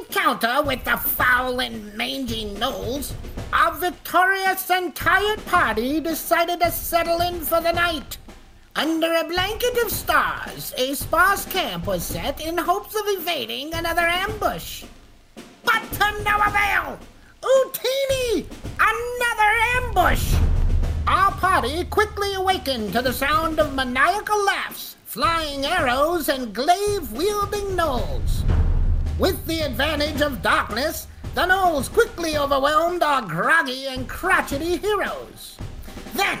encounter with the foul and mangy gnolls, our victorious and tired party decided to settle in for the night. Under a blanket of stars, a sparse camp was set in hopes of evading another ambush. But to no avail! Utini! Another ambush! Our party quickly awakened to the sound of maniacal laughs, flying arrows, and glaive wielding gnolls. With the advantage of darkness, the gnolls quickly overwhelmed our groggy and crotchety heroes. Then,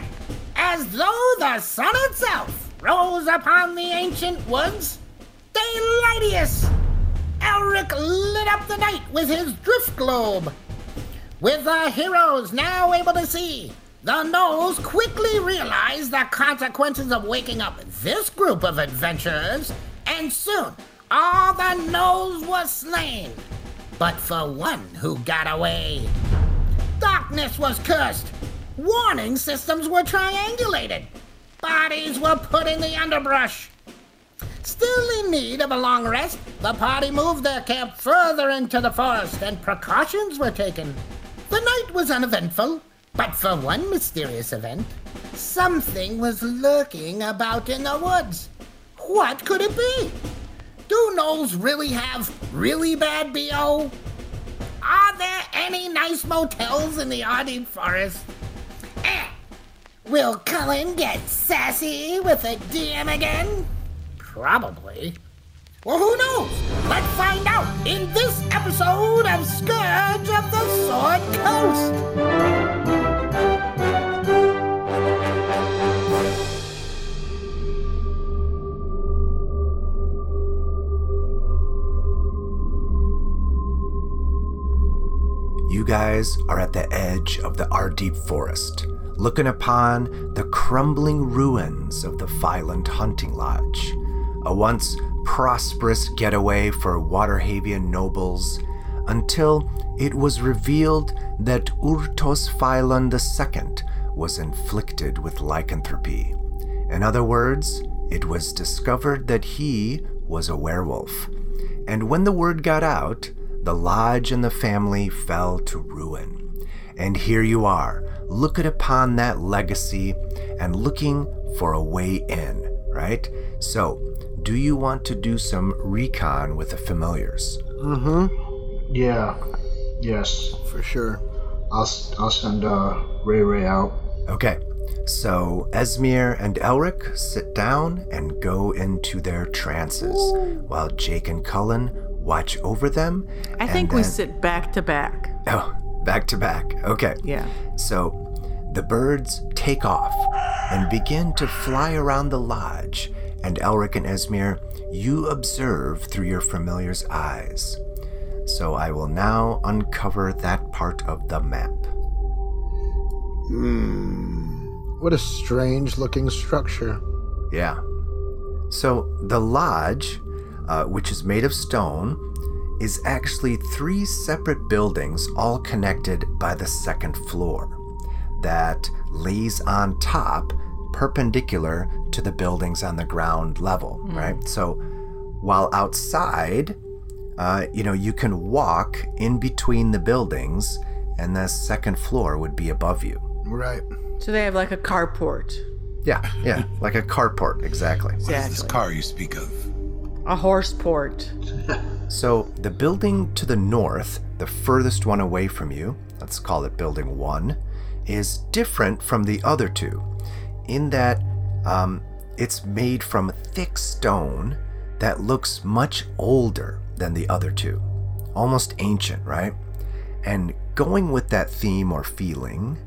as though the sun itself rose upon the ancient woods, Daylightius! Elric lit up the night with his drift globe. With our heroes now able to see, the Knolls quickly realized the consequences of waking up this group of adventurers, and soon all the Knolls were slain. But for one who got away, darkness was cursed, warning systems were triangulated, bodies were put in the underbrush. Still in need of a long rest, the party moved their camp further into the forest and precautions were taken. The night was uneventful, but for one mysterious event, something was lurking about in the woods. What could it be? Do gnolls really have really bad BO? Are there any nice motels in the Arden Forest? Eh, will Cullen get sassy with a DM again? Probably. Well, who knows? Let's find out in this episode of Scourge of the Sword Coast. You guys are at the edge of the Ardeep Forest, looking upon the crumbling ruins of the Phyland Hunting Lodge, a once prosperous getaway for Waterhavian nobles, until it was revealed that Urtos Phylan II was inflicted with lycanthropy. In other words, it was discovered that he was a werewolf. And when the word got out, the lodge and the family fell to ruin. And here you are, looking upon that legacy and looking for a way in, right? So, do you want to do some recon with the familiars? Yeah, yes, for sure. I'll s- I'll send uh, Ray Ray out. Okay, so Esmir and Elric sit down and go into their trances while Jake and Cullen watch over them. I and think we then- sit back to back. Oh, back to back. Okay. Yeah. So the birds take off and begin to fly around the lodge, and Elric and Esmir, you observe through your familiar's eyes. So I will now uncover that part of the map. What a strange looking structure. Yeah. So the lodge, uh, which is made of stone, is actually three separate buildings all connected by the second floor that lays on top perpendicular to the buildings on the ground level, right? So while outside, uh, you know, you can walk in between the buildings and the second floor would be above you. Right. So they have like a carport, Yeah, yeah, like a carport, exactly. This exactly, car you speak of. a horse port. So, the building to the north, the furthest one away from you, let's call it building one, is different from the other two in that um, it's made from thick stone that looks much older than the other two, almost ancient, right? And going with that theme or feeling,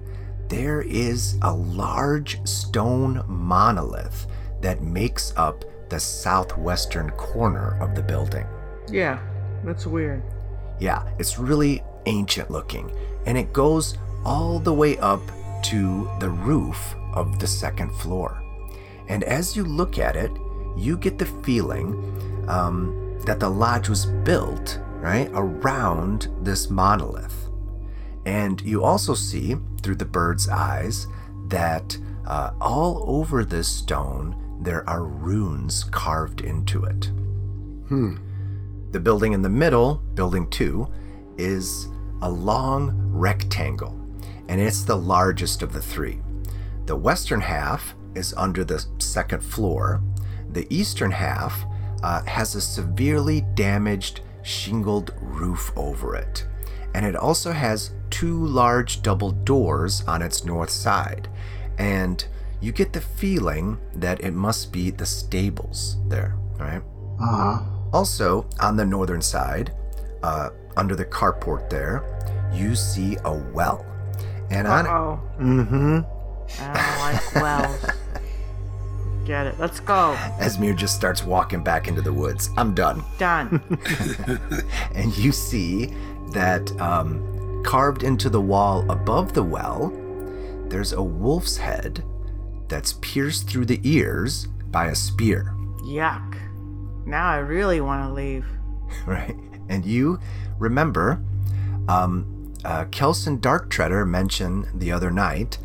there is a large stone monolith that makes up the southwestern corner of the building. Yeah, that's weird. Yeah, it's really ancient looking, and it goes all the way up to the roof of the second floor. And as you look at it, you get the feeling um, that the lodge was built, right, around this monolith. And you also see through the bird's eyes that uh, all over this stone there are runes carved into it. Hmm. The building in the middle, building two, is a long rectangle, and it's the largest of the three. The western half is under the second floor. The eastern half uh, has a severely damaged shingled roof over it. And it also has two large double doors on its north side. And you get the feeling that it must be the stables there, right? Uh huh. Also, on the northern side, uh, under the carport there, you see a well. And on Oh, mm-hmm, I don't like wells. Get it. Let's go. Esmir just starts walking back into the woods. I'm done. Done. and you see that um, carved into the wall above the well, there's a wolf's head that's pierced through the ears by a spear, Yuck. Now I really want to leave. right? And you remember, um, uh, Kelson Darktreader mentioned the other night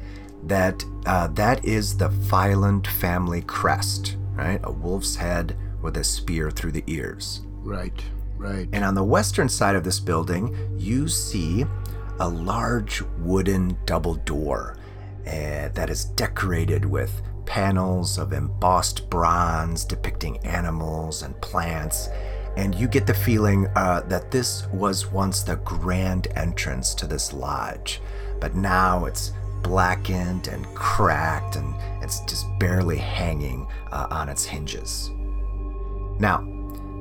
that uh, that is the Phyland family crest, right? A wolf's head with a spear through the ears. Right, right. And on the western side of this building, you see a large wooden double door eh, that is decorated with panels of embossed bronze depicting animals and plants. And you get the feeling uh, that this was once the grand entrance to this lodge, but now it's blackened and cracked and it's just barely hanging uh, on its hinges. Now,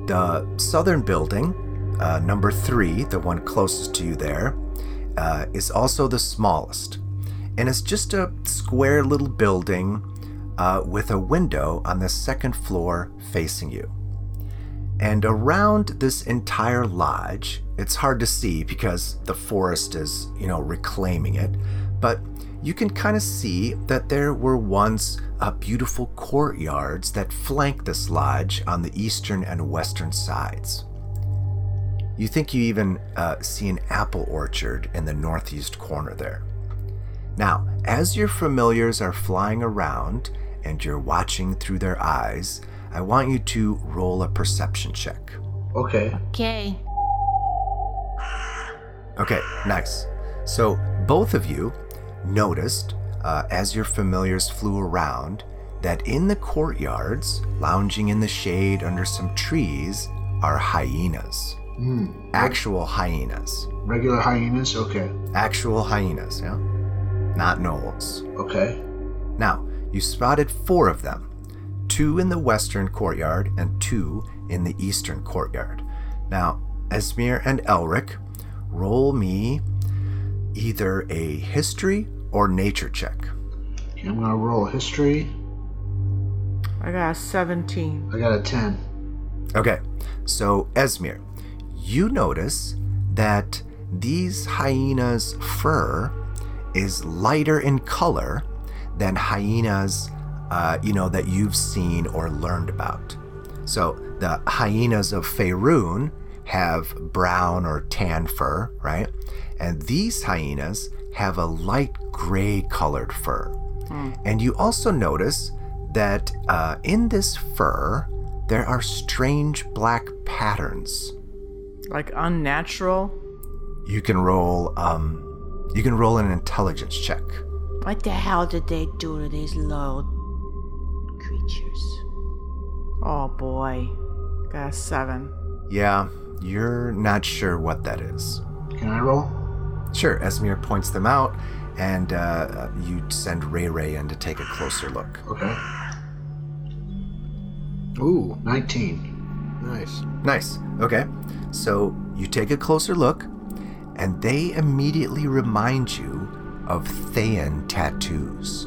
the southern building, uh, number three, the one closest to you there, uh, is also the smallest. And it's just a square little building uh, with a window on the second floor facing you. And around this entire lodge, it's hard to see because the forest is, you know, reclaiming it, but you can kind of see that there were once uh, beautiful courtyards that flank this lodge on the eastern and western sides. You think you even uh, see an apple orchard in the northeast corner there. Now, as your familiars are flying around and you're watching through their eyes, I want you to roll a perception check. Okay. Okay. Okay, nice. So both of you noticed uh, as your familiars flew around that in the courtyards, lounging in the shade under some trees, are hyenas. Hmm. Actual hyenas. Regular hyenas. Okay. Actual hyenas, yeah? Not gnolls. Okay. Now, you spotted four of them two in the western courtyard and two in the eastern courtyard. Now, Esmir and Elric, roll me either a history or nature check. Okay, I'm gonna roll history. I got a 17. I got a ten. Okay, so Esmir, you notice that these hyenas' fur is lighter in color than hyenas, uh, you know, that you've seen or learned about. So the hyenas of Faerun have brown or tan fur, right? And these hyenas have a light gray colored fur. And you also notice that uh, in this fur, there are strange black patterns. Like unnatural. You can roll. Um, you can roll an intelligence check. What the hell did they do to these little creatures? Oh boy. Got a 7. Yeah, you're not sure what that is. Can I roll? Sure, Esmir points them out, and uh, you send Ray Ray in to take a closer look. Okay. Ooh, Nineteen. nice. Nice. Okay. So you take a closer look, and they immediately remind you of Thean tattoos.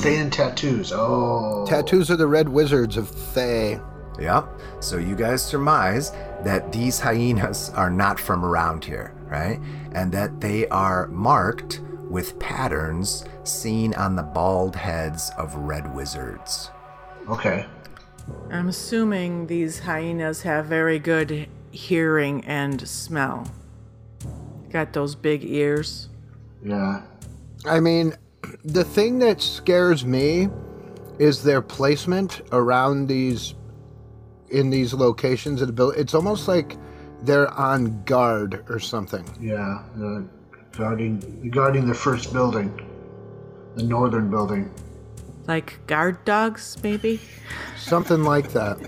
Thin tattoos. Oh. Tattoos are the red wizards of Thay. Yep. So you guys surmise that these hyenas are not from around here, right? And that they are marked with patterns seen on the bald heads of red wizards. Okay. I'm assuming these hyenas have very good hearing and smell. Got those big ears. Yeah. I mean, the thing that scares me is their placement around these in these locations and abil- it's almost like they're on guard or something. Yeah. Uh, guarding guarding the first building, the northern building. Like guard dogs, maybe? Something like that.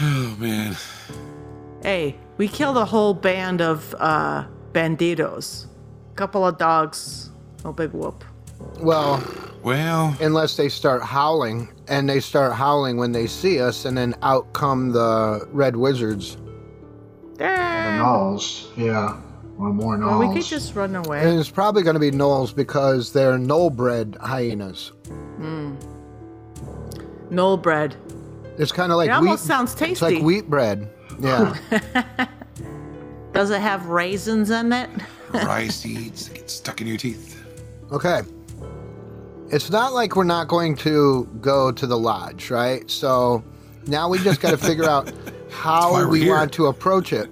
Oh man. Hey, we killed a whole band of uh, banditos. Couple of dogs, no big whoop. Well, Well, unless they start howling and they start howling when they see us and then out come the red wizards. The nulls. Yeah. Or more Or nulls. we could just run away. And it's probably going to be gnolls because they're knoll bred hyenas. Null bread. It's kind of like It almost wheat, sounds It's tasty. like wheat bread. Yeah. Does it have raisins in it? rye seeds get stuck in your teeth. Okay. It's not like we're not going to go to the lodge, right? So now we just got to figure out why how we're we here. want to approach it.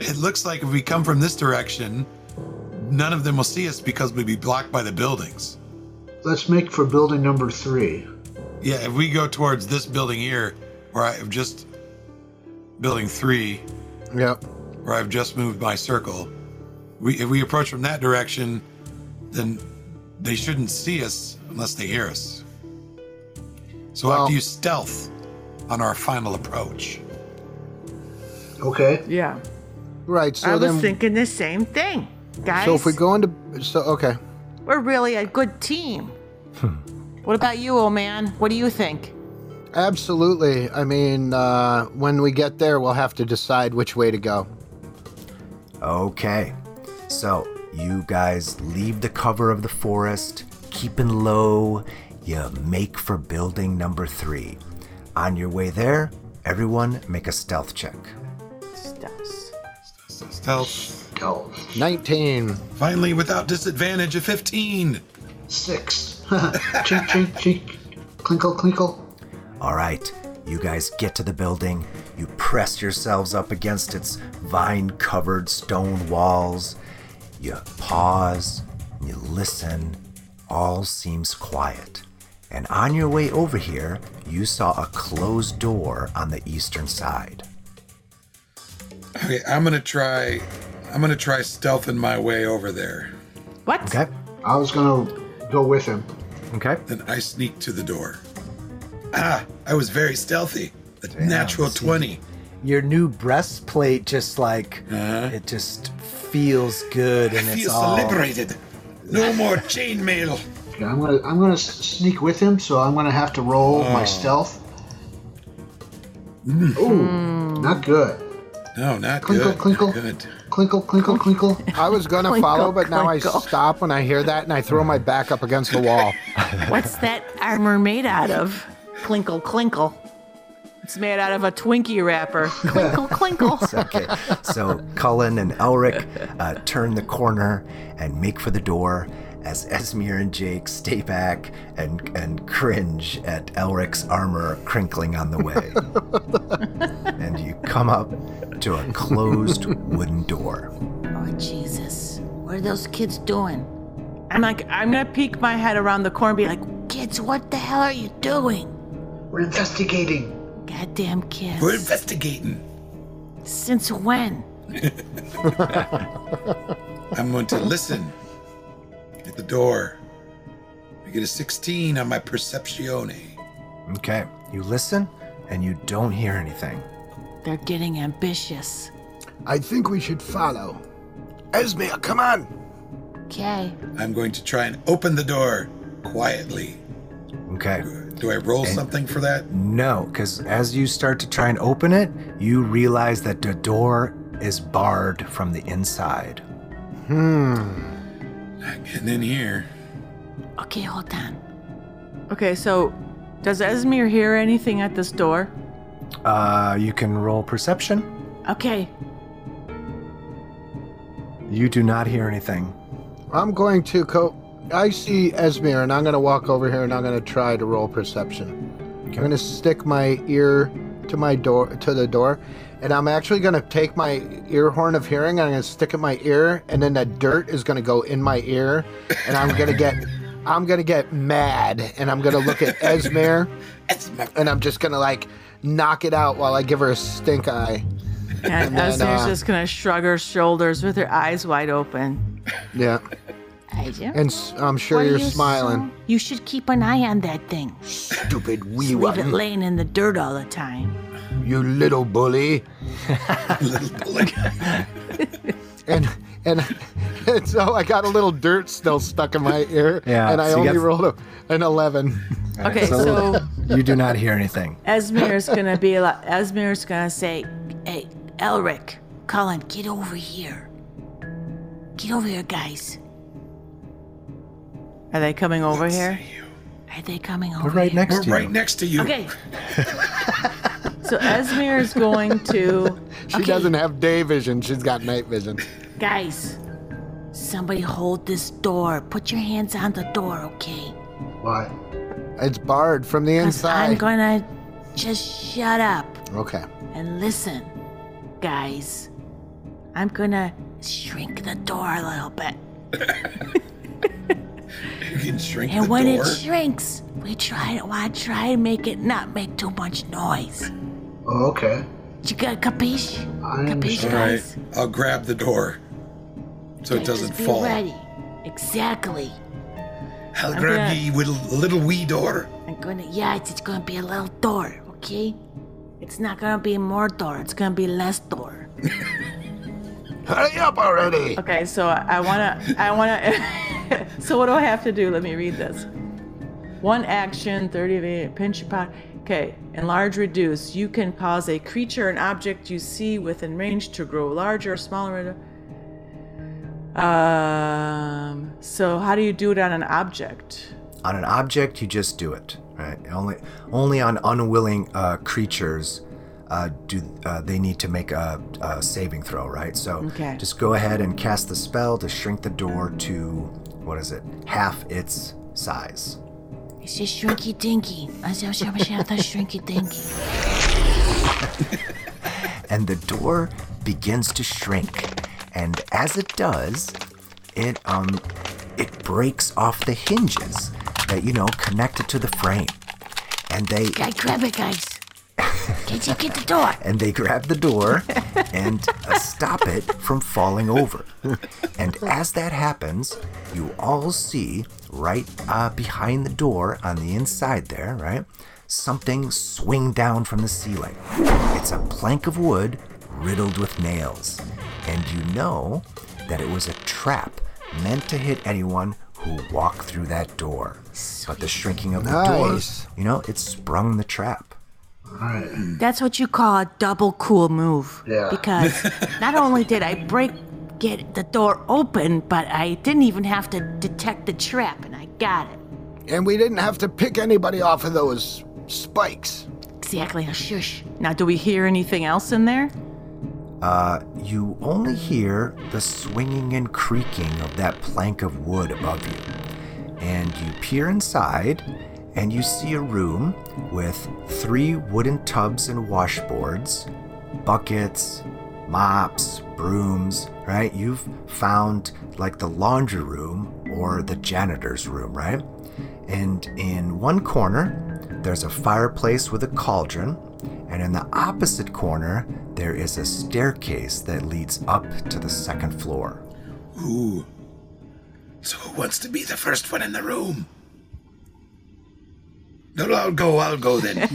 It looks like if we come from this direction, none of them will see us because we'd be blocked by the buildings. Let's make for building number three. Yeah, if we go towards this building here, where I've just building three, Yep. where I've just moved my circle, we if we approach from that direction, then they shouldn't see us unless they hear us. So we'll have Well- to use stealth on our final approach. Okay. Yeah. Right. I So was then, thinking the same thing. Guys, so if we go into, so okay, we're really a good team. Hmm. what about you, old man? What do you think? absolutely. I mean, uh, when we get there, we'll have to decide which way to go. Okay. So, you guys leave the cover of the forest, keeping low. You make for building number three. On your way there, everyone make a stealth check. Stealth. Stealth. Tell. Nineteen. Finally, without disadvantage, a 15. Six. chink, chink, chink. Clinkle, clinkle. All right, you guys get to the building. You press yourselves up against its vine covered stone walls. You pause, you listen. All seems quiet. And on your way over here, you saw a closed door on the eastern side. Okay, I'm gonna try. I'm gonna try stealthing my way over there. What? Okay? I was gonna go with him. Okay. Then I sneak to the door. Ah, I was very stealthy. A natural see. 20. Your new breastplate just like it just feels good and it's Feels all liberated. No more chainmail. Okay, I'm gonna I'm gonna s- sneak with him, so I'm gonna have to roll Oh. my stealth. Ooh, not good. No, not Clinkle, Mm. good. clinkle. not Good. Clinkle, clinkle, clinkle. I was gonna follow, but now I stop when I hear that and I throw my back up against the wall. What's that armor made out of? Clinkle, clinkle. It's made out of a Twinkie wrapper. Clinkle, clinkle. okay. So Cullen and Elric uh, turn the corner and make for the door as Esmir and Jake stay back and, and cringe at Elric's armor crinkling on the way. and you come up to a closed wooden door. Oh, Jesus. What are those kids doing? I'm like, I'm gonna peek my head around the corner and be like, Kids, what the hell are you doing? We're investigating. Goddamn kids. We're investigating. Since when? I'm going to listen at the door. I get a 16 on my perceptione. Okay. You listen and you don't hear anything. They're getting ambitious. I think we should follow. Esmir, come on. Okay. I'm going to try and open the door quietly. Okay. Do I roll something for that? No, because as you start to try and open it, you realize that the door is barred from the inside. I'm getting in here. Okay, hold on. okay, so Does Esmir hear anything at this door? Uh, you can roll perception. Okay. You do not hear anything. I'm going to co. I see Esmir, and I'm going to walk over here, and I'm going to try to roll perception. I'm going to stick my ear to my door to the door, and I'm actually going to take my ear horn of hearing, and I'm going to stick it in my ear, and then that dirt is going to go in my ear, and I'm going to get. I'm gonna get mad, and I'm gonna look at Esmir, and I'm just gonna like knock it out while I give her a stink eye. And then, Esmir's uh, just gonna shrug her shoulders with her eyes wide open. Yeah, I do. and s- I'm sure What are you're you smiling. so- you should keep an eye on that thing. Stupid wee Leave it laying in the dirt all the time. you little bully. and and and so I got a little dirt still stuck in my ear. Yeah, and I so you only got- rolled a, an eleven. Okay, so you do not hear anything. Esmir's gonna be like, Esmir's gonna say, Hey, Elric, Colin, get over here. Get over here, guys. "Are they coming over here?" Are they coming over? We're right here? next to you. Right next to you. Okay. So Esmir is going to She doesn't have day vision. She's got night vision. Guys, somebody hold this door. Put your hands on the door, okay? Why? It's barred from the 'Cause I'm inside. gonna just shut up okay. and listen, guys. I'm gonna shrink the door a little bit. You can shrink And the when door. it shrinks, we try to well, I try to make it not make too much noise. Oh, okay. You got capiche? I Capiche, All understand. right, guys? I'll grab the door so it Just doesn't be fall. ready. Exactly. I'll grab Okay. the with little wee door. I'm gonna, yeah, it's, it's gonna be a little door, okay? It's not gonna be more door, it's gonna be less door. Hurry up already. Okay, so I wanna, I wanna. so what do I have to do? Let me read this. One action, 30 minute pinch your pocket. Okay, enlarge, reduce. You can cause a creature, an object you see within range to grow larger or smaller. Um. So how do you do it on an object? On an object, you just do it. Right? Only, only on unwilling uh, creatures uh, do uh, they need to make a, a saving throw. Right. So Okay. just go ahead and cast the spell to shrink the door to what is it? Half its size. It's just shrinky dinky. I said, "Shab- shab- that's shrinky dinky. and the door begins to shrink. And as it does, it um it breaks off the hinges that you know connect it to the frame. And they Guy, grab it, guys. Get you get the door? and they grab the door and uh, stop it from falling over. And as that happens, you all see right uh, behind the door on the inside there, right? Something swing down from the ceiling. It's a plank of wood riddled with nails. And you know that it was a trap meant to hit anyone who walked through that door. But the shrinking of the Nice. door, you know, it sprung the trap. All right. That's what you call a double cool move. Yeah. Because not only did I break, get the door open, but I didn't even have to detect the trap, and I got it. And we didn't have to pick anybody off of those spikes. Exactly, a shush. Now, do we hear anything else in there? Uh, you only hear the swinging and creaking of that plank of wood above you. And you peer inside, and you see a room with three wooden tubs and washboards, buckets, mops, brooms, right? You've found like the laundry room or the janitor's room, right? And in one corner, there's a fireplace with a cauldron, and in the opposite corner, there is a staircase that leads up to the second floor. Ooh. So who wants to be the first one in the room? No, no, I'll go. I'll go then.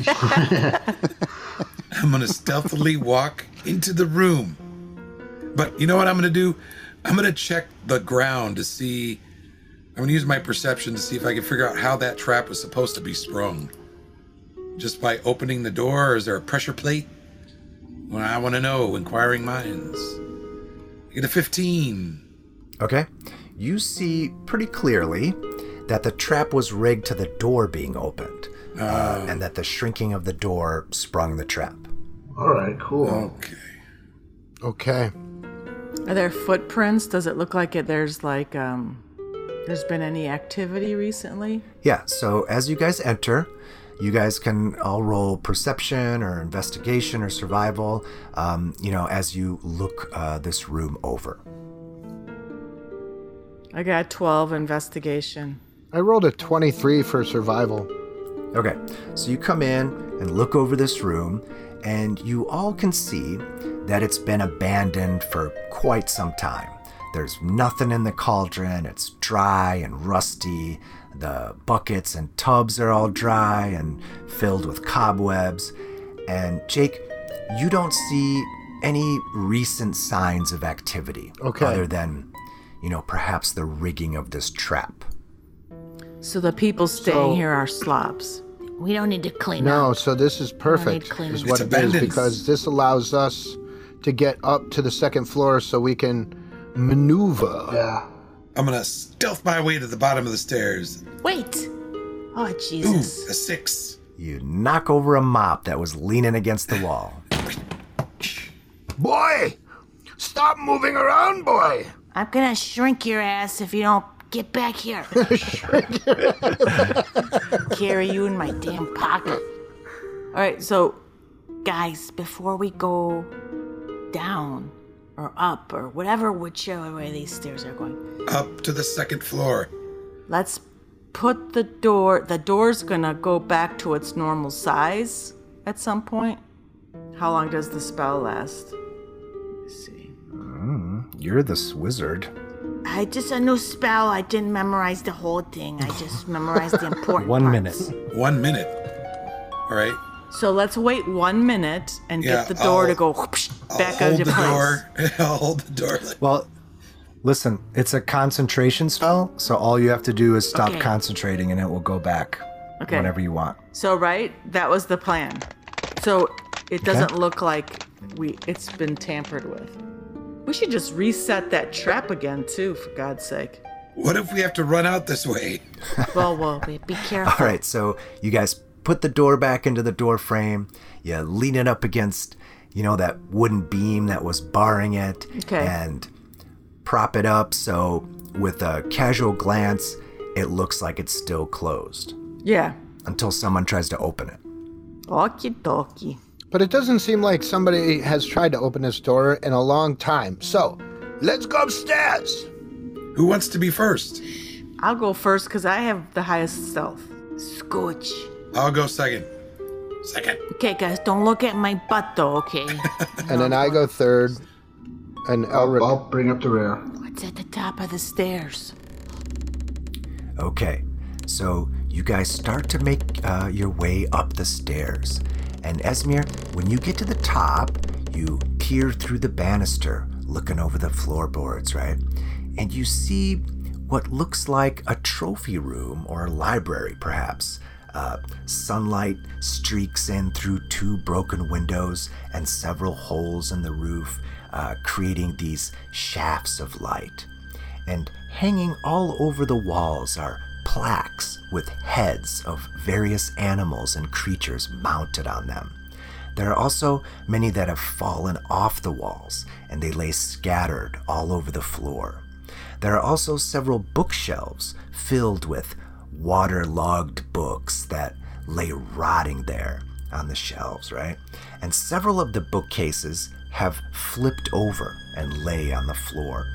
I'm gonna stealthily walk into the room. But you know what I'm gonna do? I'm gonna check the ground to see. I'm gonna use my perception to see if I can figure out how that trap was supposed to be sprung. Just by opening the door, or is there a pressure plate? Well, I want to know. Inquiring minds. I get a 15. Okay? You see pretty clearly that the trap was rigged to the door being opened. uh, and that the shrinking of the door sprung the trap. All right, cool. Okay. Okay. Are there footprints? Does it look like it? There's like um, there's been any activity recently? Yeah, so as you guys enter, you guys can all roll perception or investigation or survival, um, you know, as you look uh, this room over. I got 12 investigation. I rolled a 23 for survival. Okay, so you come in and look over this room, and you all can see that it's been abandoned for quite some time. There's nothing in the cauldron, it's dry and rusty. The buckets and tubs are all dry and filled with cobwebs. And Jake, you don't see any recent signs of activity Okay. other than, you know, perhaps the rigging of this trap. So the people staying So- here are slobs. We don't need to clean up. No, Oh, so this is perfect. clean Is up. what It's it is abandoned. because this allows us to get up to the second floor so we can maneuver. Yeah. I'm gonna stealth my way to the bottom of the stairs. Wait. Oh, Ooh, a Jesus. six. You knock over a mop that was leaning against the wall. Boy, stop moving around, boy. I'm gonna shrink your ass if you don't get back here. Carry you in my damn pocket. All right, so Guys, before we go down or up or whatever, whichever way these stairs are going, Up to the second floor. let's put the door. The door's gonna go back to its normal size at some point. How long does the spell last? Let's see. You're this wizard. I just a new spell. I didn't memorize the whole thing. I just memorized the important One parts. minute. One minute. All right. So let's wait one minute and Yeah, get the door to I'll- go whoosh, I'll back out hold of the place. door. I'll hold the door. Like, Well, listen, it's a concentration spell, so all you have to do is stop Okay. concentrating and it will go back Okay. whenever you want. So right, that was the plan. So it doesn't look like we it's been tampered with. We should just reset that trap again too, for God's sake. what if we have to run out this way? Well, well, Wait, be All careful. right, so you guys put the door back into the door frame. You lean it up against, you know, that wooden beam that was barring it Okay. and prop it up so with a casual glance, it looks like it's still closed yeah. until someone tries to open it. Okie dokie. But it doesn't seem like somebody has tried to open this door in a long time. So, let's go upstairs. Who wants to be first? I'll go first because I have the highest stealth. Scooch. I'll go second. Second. Okay, guys, don't look at my butt though, okay? And then I go third. And I'll, Elric. I'll bring up the rear. What's at the top of the stairs? Okay, so you guys start to make uh, your way up the stairs. And Esmir, when you get to the top, you peer through the banister, looking over the floorboards, right? And you see what looks like a trophy room or a library, perhaps. Uh, sunlight streaks in through two broken windows and several holes in the roof, uh, creating these shafts of light and hanging all over the walls are plaques with heads of various animals and creatures mounted on them. There are also many that have fallen off the walls, and they lay scattered all over the floor. There are also several bookshelves filled with waterlogged books that lay rotting there on the shelves, right? And several of the bookcases have flipped over and lay on the floor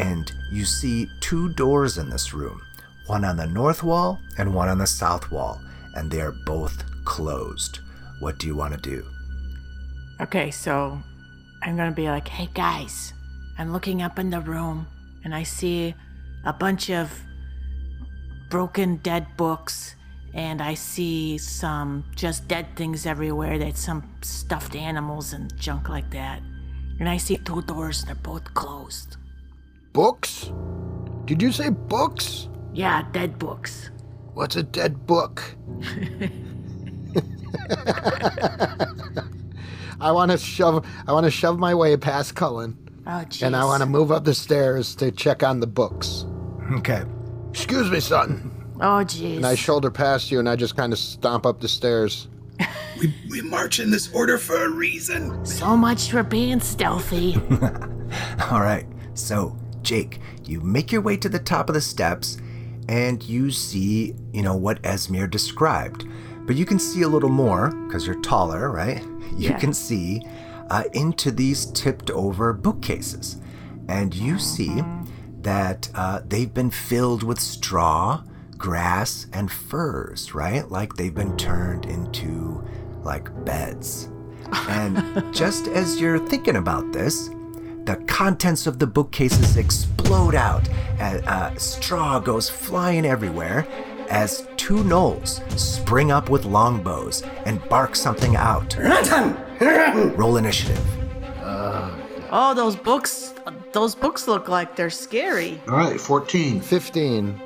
and you see two doors in this room one on the north wall and one on the south wall, and they are both closed. What do you want to do? Okay, so I'm gonna be like, hey guys, I'm looking up in the room and I see a bunch of broken dead books and I see some just dead things everywhere. That's some stuffed animals and junk like that. And I see two doors, they're both closed. Books? Did you say books? Yeah, dead books. What's a dead book? I want to shove. I want to shove my way past Cullen, Oh, jeez. and I want to move up the stairs to check on the books. Okay. Excuse me, son. Oh, jeez. And I shoulder past you and I just kind of stomp up the stairs. We, we march in this order for a reason. so much for being stealthy. All right. So, Jake, you make your way to the top of the steps and you see, you know, what Esmir described. But you can see a little more because you're taller, right? You Yeah. can see uh, into these tipped over bookcases. And you see that uh, they've been filled with straw, grass, and furs, right? Like they've been turned into like beds. And just as you're thinking about this, the contents of the bookcases explode out. and, uh, straw goes flying everywhere as two gnolls spring up with longbows and bark something out. Roll initiative. Oh, those books. Those books look like they're scary. All right, 14. 15.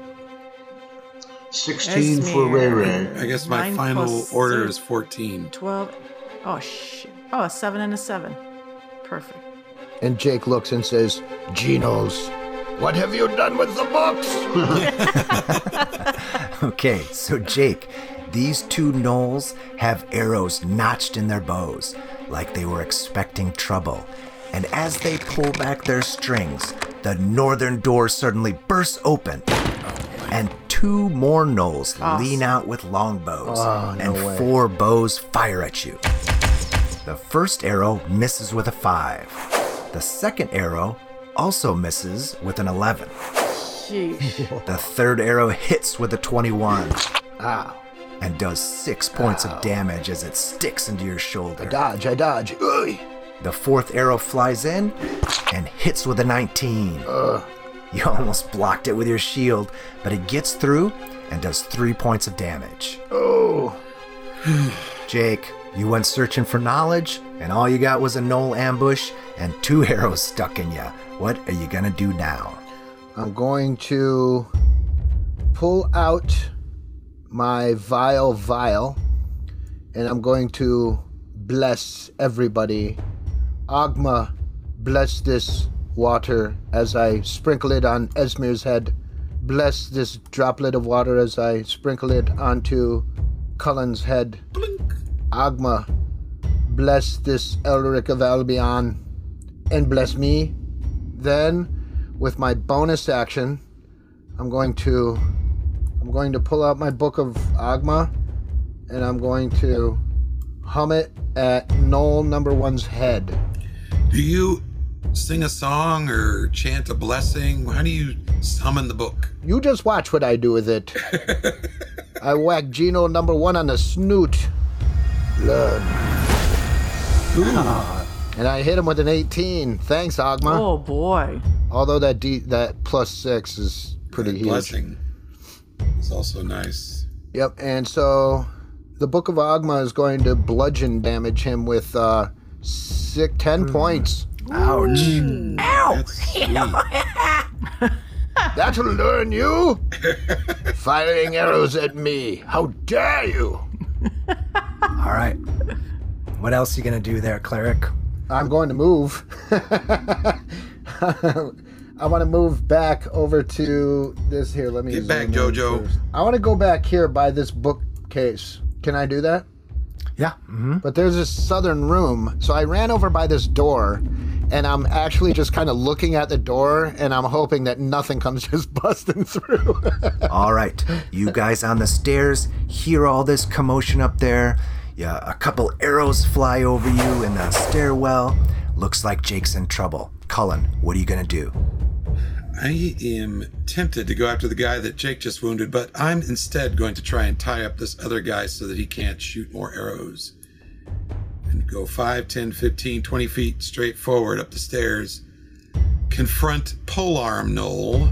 16 for Ray Esmir. Ray. I guess my Nine final plus order zero. is 14. Twelve. Oh shit. Oh, a seven and a seven. Perfect. And Jake looks and says, Genos, what have you done with the books? Okay, so Jake, these two gnolls have arrows notched in their bows, like they were expecting trouble. And as they pull back their strings, the northern door suddenly bursts open, and two more gnolls lean out with longbows, and four bows fire at you. The first arrow misses with a five. The second arrow also misses with an 11. Sheesh. The third arrow hits with a 21. And does six points of damage as it sticks into your shoulder. Dodge, I dodge. Oy. The fourth arrow flies in and hits with a 19. You almost blocked it with your shield, but it gets through and does three points of damage. Oh. Jake, you went searching for knowledge, and all you got was a knoll ambush and two arrows stuck in you. What are you gonna do now? I'm going to pull out my vial vial and I'm going to bless everybody. Agma, bless this water as I sprinkle it on Esmir's head. Bless this droplet of water as I sprinkle it onto Cullen's head. Agma, bless this Elric of Albion and bless me. Then, with my bonus action, I'm going to I'm going to pull out my book of Agma, and I'm going to hum it at Knoll number one's head. Do you sing a song or chant a blessing? How do you summon the book? You just watch what I do with it. I whack Gino number one on the snoot. Blood. And I hit him with an 18. Thanks, Agma. Oh boy. Although that D, that plus six is pretty huge. blessing is also nice. Yep, and so the Book of Agma is going to bludgeon damage him with uh sick ten points. That's sweet. That'll learn you firing arrows at me. How dare you? All right. What else you gonna do there, cleric? I'm going to move. I want to move back over to this here. Let me Get zoom back, in Jojo. first. I want to go back here by this bookcase. Can I do that? Yeah. Mm-hmm. But there's this southern room. So I ran over by this door and I'm actually just kind of looking at the door and I'm hoping that nothing comes just busting through. All right, you guys on the stairs hear all this commotion up there. Yeah, a couple arrows fly over you in the stairwell. Looks like Jake's in trouble. Cullen, what are you gonna do? I am tempted to go after the guy that Jake just wounded, but I'm instead going to try and tie up this other guy so that he can't shoot more arrows. And go 5, 10, 15, 20 feet straight forward up the stairs. Confront Polearm Knoll.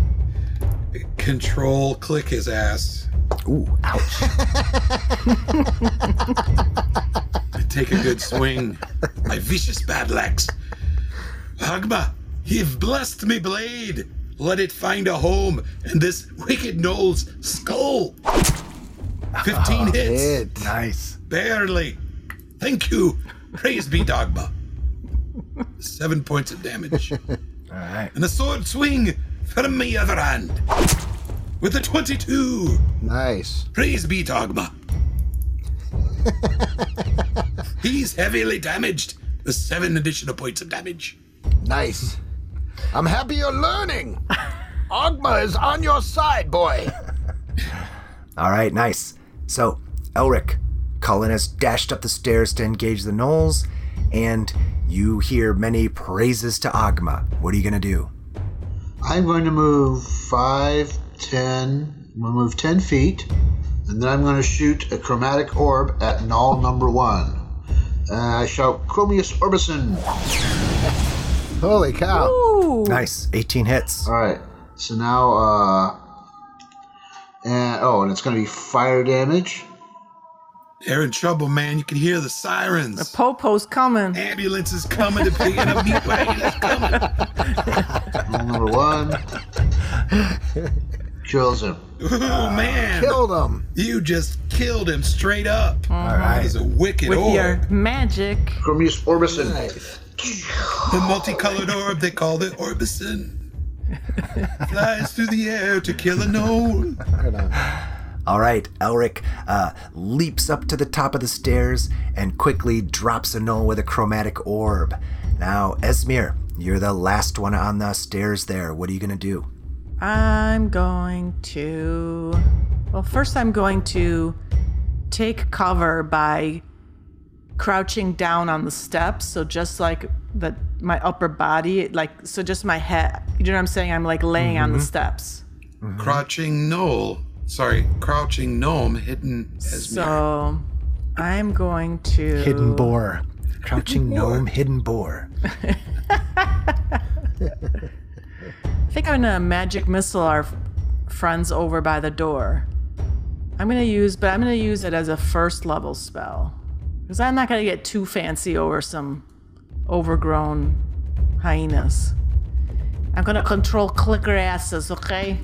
Control click his ass. Ooh, ouch. I take a good swing. My vicious battle axe. Hagma, you've blessed me blade. Let it find a home in this wicked gnoll's skull. 15 hits. nice. Barely. Thank you. Praise be dogma. Seven points of damage. All right. And a sword swing from my other hand. with a 22. Nice. Praise be Dogma. He's heavily damaged. The seven additional points of damage. Nice. I'm happy you're learning. Ogma is on your side, boy. All right, nice. So, Elric, Cullen has dashed up the stairs to engage the gnolls, and you hear many praises to Agma. What are you going to do? I'm going to move 5, 10, I'm going to move 10 feet, and then I'm going to shoot a chromatic orb at null number one. Uh, I shout, Chromius Orbison! Holy cow. Ooh. Nice, 18 hits. Alright, so now, uh, and, oh, and it's going to be fire damage. They're in trouble, man. You can hear the sirens. Popo's coming. Ambulance is coming to pick up meat wagon is coming. Null number one. Kills him. Ooh, man. Killed him. You just killed him straight up. All right. He's a wicked With orb. your magic. Chromius Orbison. The multicolored orb they call the Orbison. Flies through the air to kill a gnome. All right, Elric uh, leaps up to the top of the stairs and quickly drops a knoll with a chromatic orb. Now, Esmir, you're the last one on the stairs there. What are you going to do? I'm going to. Well, first, I'm going to take cover by crouching down on the steps. So, just like the, my upper body, like, so just my head. You know what I'm saying? I'm like laying on the Mm-hmm. steps. Crouching Knoll. Sorry, crouching gnome hidden as me. So, I'm going to. Hidden boar. Uh, Crouching gnome, hidden boar. I think I'm gonna magic missile our f- friends over by the door. I'm gonna use, but I'm gonna use it as a first level spell, because I'm not gonna get too fancy over some overgrown hyenas. I'm gonna control clicker asses, okay?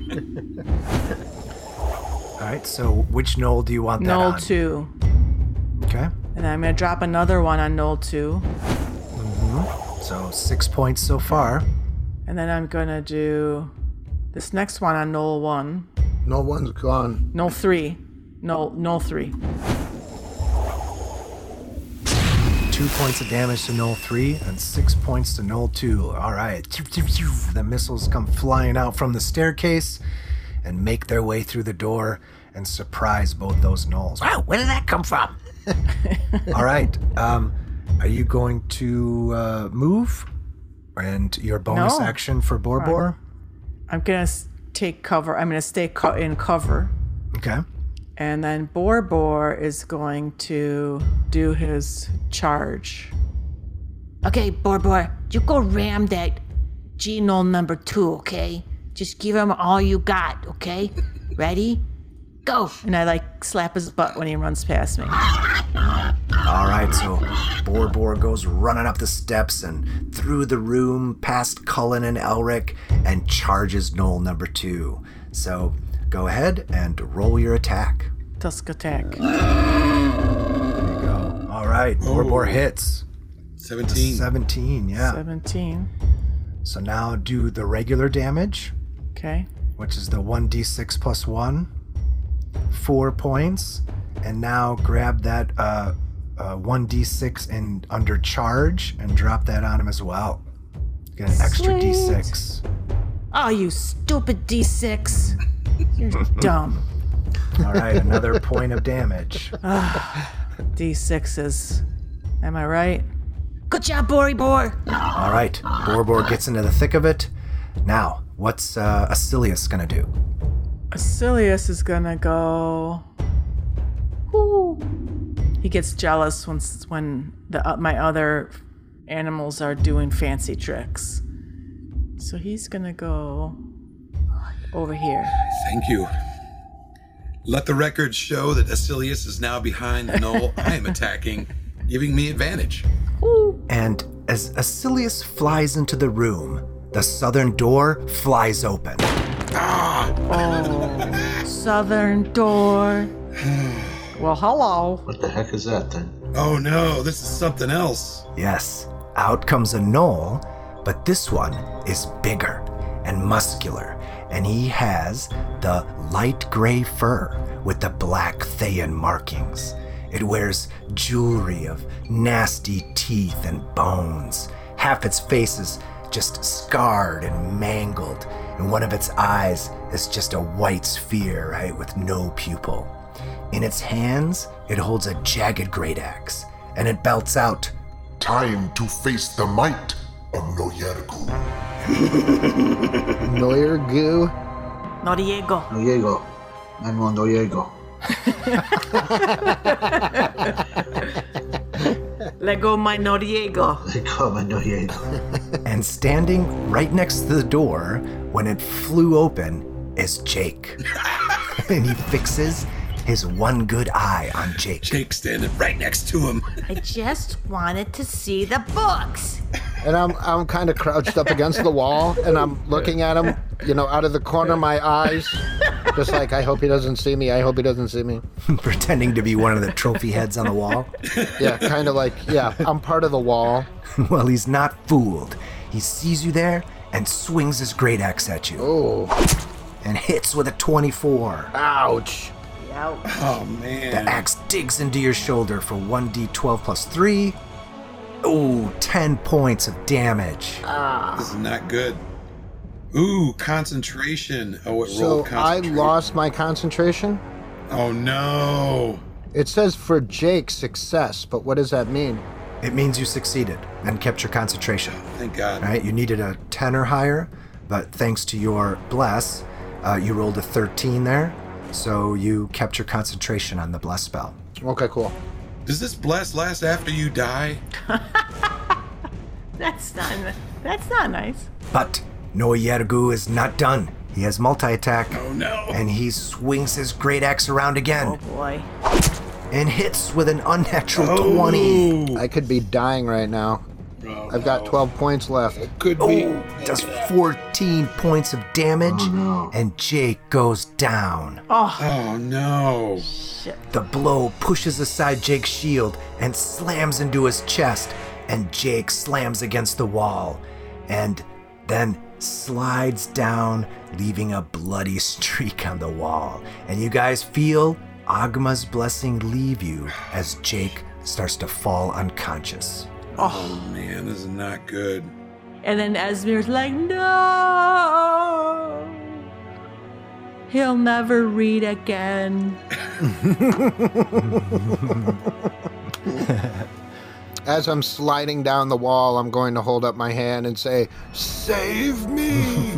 All right, so which knoll do you want that Null on? two, Okay, and I'm gonna drop another one on null two, so six points so far. and then I'm gonna do this next one on null one, No one's gone. null three, null null three. Two points of damage to Knoll 3 and six points to Knoll 2. All right. The missiles come flying out from the staircase and make their way through the door and surprise both those Knolls. Wow, where did that come from? All right. Um, are you going to uh, move? And your bonus No. action for Bor Bor? I'm gonna s- take cover. I'm gonna stay co- in cover. Okay. And then Bor Bor is going to do his charge. Okay, Borbor, you go ram that Geno number two, okay? Just give him all you got, okay? Ready? Go. And I like slap his butt when he runs past me. All right, so Bor Bor goes running up the steps and through the room, past Cullen and Elric, and charges Knoll number two. So go ahead and roll your attack. Tusk attack. All right, Bor Bor hits 17. 17, yeah. 17. So now do the regular damage, Okay. which is the 1d6 plus 1, 4 points, and now grab that uh, uh, 1d6 and under charge and drop that on him as well. Get an extra Sweet. d6. Oh, you stupid D6. You're dumb. All right, another point of damage. D6s. Am I right? Good job, Boribor. All right, Borbor gets into the thick of it. Now, what's uh, Acilius gonna do? Asilius is gonna go. Whoo. He gets jealous when s- when the uh, my other animals are doing fancy tricks. So he's gonna go over here. Thank you. Let the record show that Asilius is now behind the knoll I am attacking, giving me advantage. And as Acilius flies into the room, the southern door flies open. Southern door. Well, hello. What the heck is that thing? Oh no, this is something else. Yes, out comes a knoll, but this one is bigger and muscular, and he has the light gray fur with the black Thean markings. It wears jewelry of nasty teeth and bones. Half its face is just scarred and mangled, and one of its eyes is just a white sphere, right, with no pupil. In its hands, it holds a jagged great axe, and it belts out Time to face the might of Noyerku. Neuer goo. Noriego. Noriego. Manuel Noriego. Let go my Noriego. They call him Noriego. and standing right next to the door when it flew open is Jake. and he fixes his one good eye on Jake. Jake standing right next to him. I just wanted to see the books. And I'm I'm kind of crouched up against the wall, and I'm looking at him, you know, out of the corner of my eyes, just like I hope he doesn't see me. I hope he doesn't see me. pretending to be one of the trophy heads on the wall. Yeah, kind of like yeah, I'm part of the wall. well, he's not fooled. He sees you there and swings his great axe at you Oh, and hits with a 24. ouch! Oh The man. axe digs into your shoulder for 1d12 plus 3. Ooh, 10 points of damage. This is not good. Ooh, concentration. Oh, it So rolled I concentration. lost my concentration. Oh no. It says for Jake success, but what does that mean? It means you succeeded and kept your concentration. Thank God. All right, you needed a 10 or higher, but thanks to your bless, uh, you rolled a 13 there, so you kept your concentration on the bless spell. Okay, cool. Does this bless last after you die? That's not. That's not nice. But Noyergu is not done. He has multi attack, Oh no. and he swings his great axe around again Oh, Boy. and hits with an unnatural 20. Ooh. I could be dying right now. Oh, I've got no. 12 points left. Could be. Ooh, Oh, does 14 points of damage, and Jake goes down. Oh no. The blow pushes aside Jake's shield and slams into his chest, and Jake slams against the wall and then slides down, leaving a bloody streak on the wall. And you guys feel Agma's blessing leave you as Jake starts to fall unconscious. Oh man, this is not good. And then Esmir's like, no. He'll never read again. As I'm sliding down the wall, I'm going to hold up my hand and say, Save me!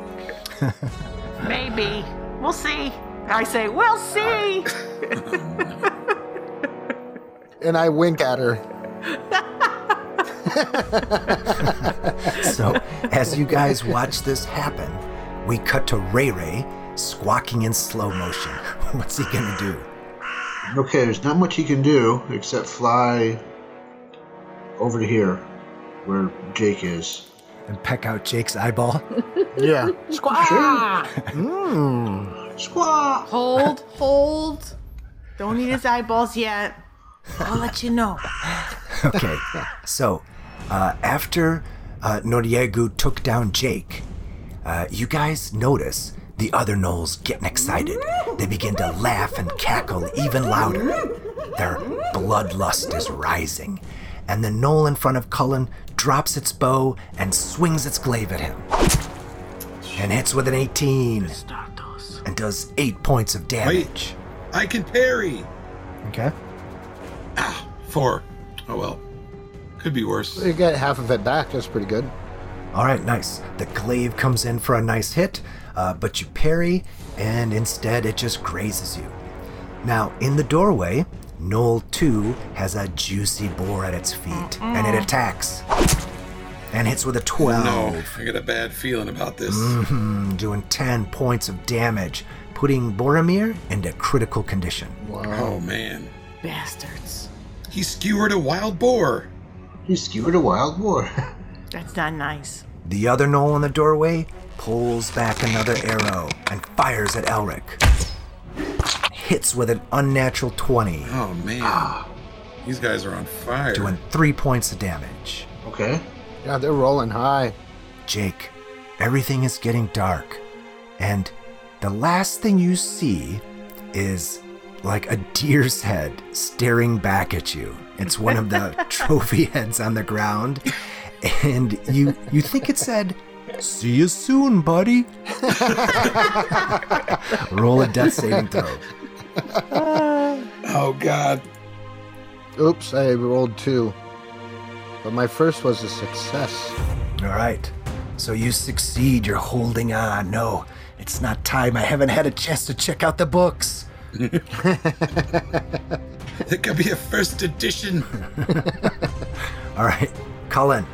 Maybe. We'll see. I say, we'll see. and I wink at her. So, as you guys watch this happen, we cut to Ray Ray squawking in slow motion. What's he gonna do? Okay, there's not much he can do except fly over to here where Jake is. And peck out Jake's eyeball? Yeah. Squaw! Hold, hold. Don't eat his eyeballs yet. I'll let you know. Okay, so uh, after uh, Noriegu took down Jake, uh, you guys notice the other gnolls getting excited. They begin to laugh and cackle even louder. Their bloodlust is rising, and the gnoll in front of Cullen drops its bow and swings its glaive at him. And hits with an 18 and does 8 points of damage. I can parry. Okay. Four. Oh well. Could be worse. You get half of it back. That's pretty good. All right, nice. The glaive comes in for a nice hit, uh, but you parry, and instead it just grazes you. Now, in the doorway, Knoll 2 has a juicy boar at its feet, and it attacks. And hits with a 12, No, I got a bad feeling about this. doing 10 points of damage, putting Boromir into critical condition. Oh man. Bastards. He skewered a wild boar. He skewered a wild boar. That's not nice. The other Knoll in the doorway pulls back another arrow and fires at Elric. Hits with an unnatural 20. Oh man. These guys are on fire. doing three points of damage. okay. Yeah, they're rolling high. Jake, Everything is getting dark. And the last thing you see is like a deer's head staring back at you. It's one of the trophy heads on the ground. And you you think it said, See you soon, buddy. Roll a death saving throw. Oh God. Oops, I rolled two. But my first was a success. All right. So you succeed. You're holding on. No, it's not time. I haven't had a chance to check out the books. It could be a first edition. All right, Cullen,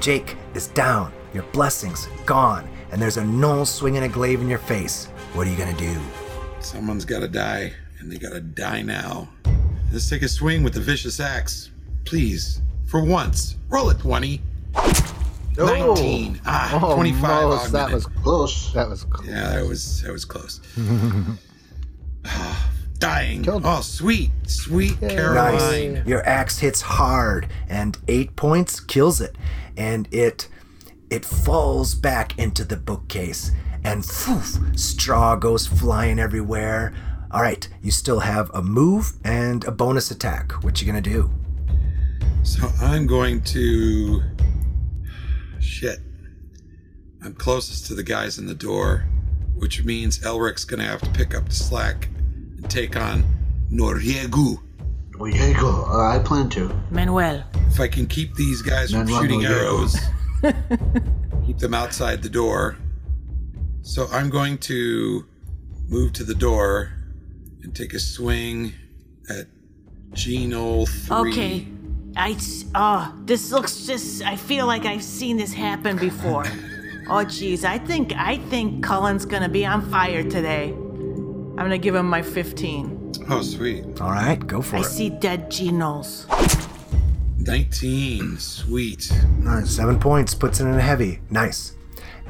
Jake is down. Your blessings gone, and there's a knoll swinging a glaive in your face. What are you gonna do? Someone's got to die, and they got to die now. Let's take a swing with the vicious axe, please. For once, roll a twenty. Oh. 19. Ah, 25 Almost, Oh, that augmented. was Close. that was cl- Yeah, that was that was close. Ah, Dying. Killed him. Oh, sweet, sweet Nice. Caroline. Your axe hits hard, and eight points kills it, and it it falls back into the bookcase, and poof, straw goes flying everywhere. All right, you still have a move and a bonus attack. What you gonna do? So I'm going to. Shit. I'm closest to the guys in the door, which means Elric's gonna have to pick up the slack and take on Noriegu. Well, yeah, go. Uh, I plan to. Manuel, If I can keep these guys from Manuel shooting Noriegu. arrows, keep them outside the door. So I'm going to move to the door and take a swing at Geno 3. okay. I s- oh, this looks just. I feel like I've seen this happen before. oh, jeez. I think I think Cullen's gonna be on fire today. I'm gonna give him my 15. Oh, sweet. All right, go for I it. see dead G Knowles. 19. Sweet. Nice. Uh, Seven points puts it in a heavy. Nice.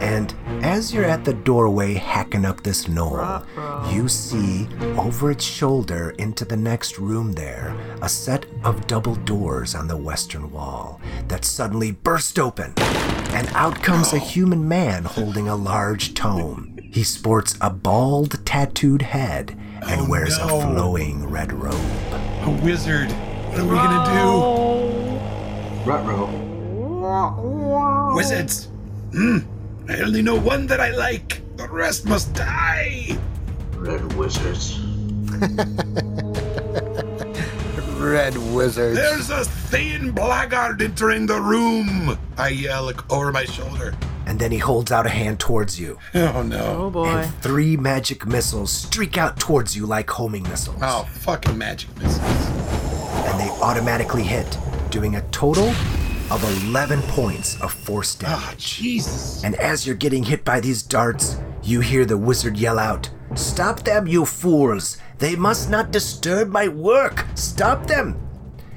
And as you're at the doorway hacking up this knoll, you see over its shoulder into the next room there a set of double doors on the western wall that suddenly burst open, and out comes a human man holding a large tome. He sports a bald, tattooed head and wears no. a flowing red robe. A wizard. What are we gonna Rutro. do? Wizards. Hmm. I only know one that I like. The rest must die. Red Wizards. Red Wizards. There's a thin blackguard entering the room. I yell ac- over my shoulder. And then he holds out a hand towards you. Oh no. Oh boy. and three magic missiles streak out towards you like homing missiles, Oh, fucking magic missiles. and they automatically hit, doing a total of 11 points of force damage. Ah, Jesus. And as you're getting hit by these darts, you hear the wizard yell out, Stop them, you fools! They must not disturb my work! Stop them!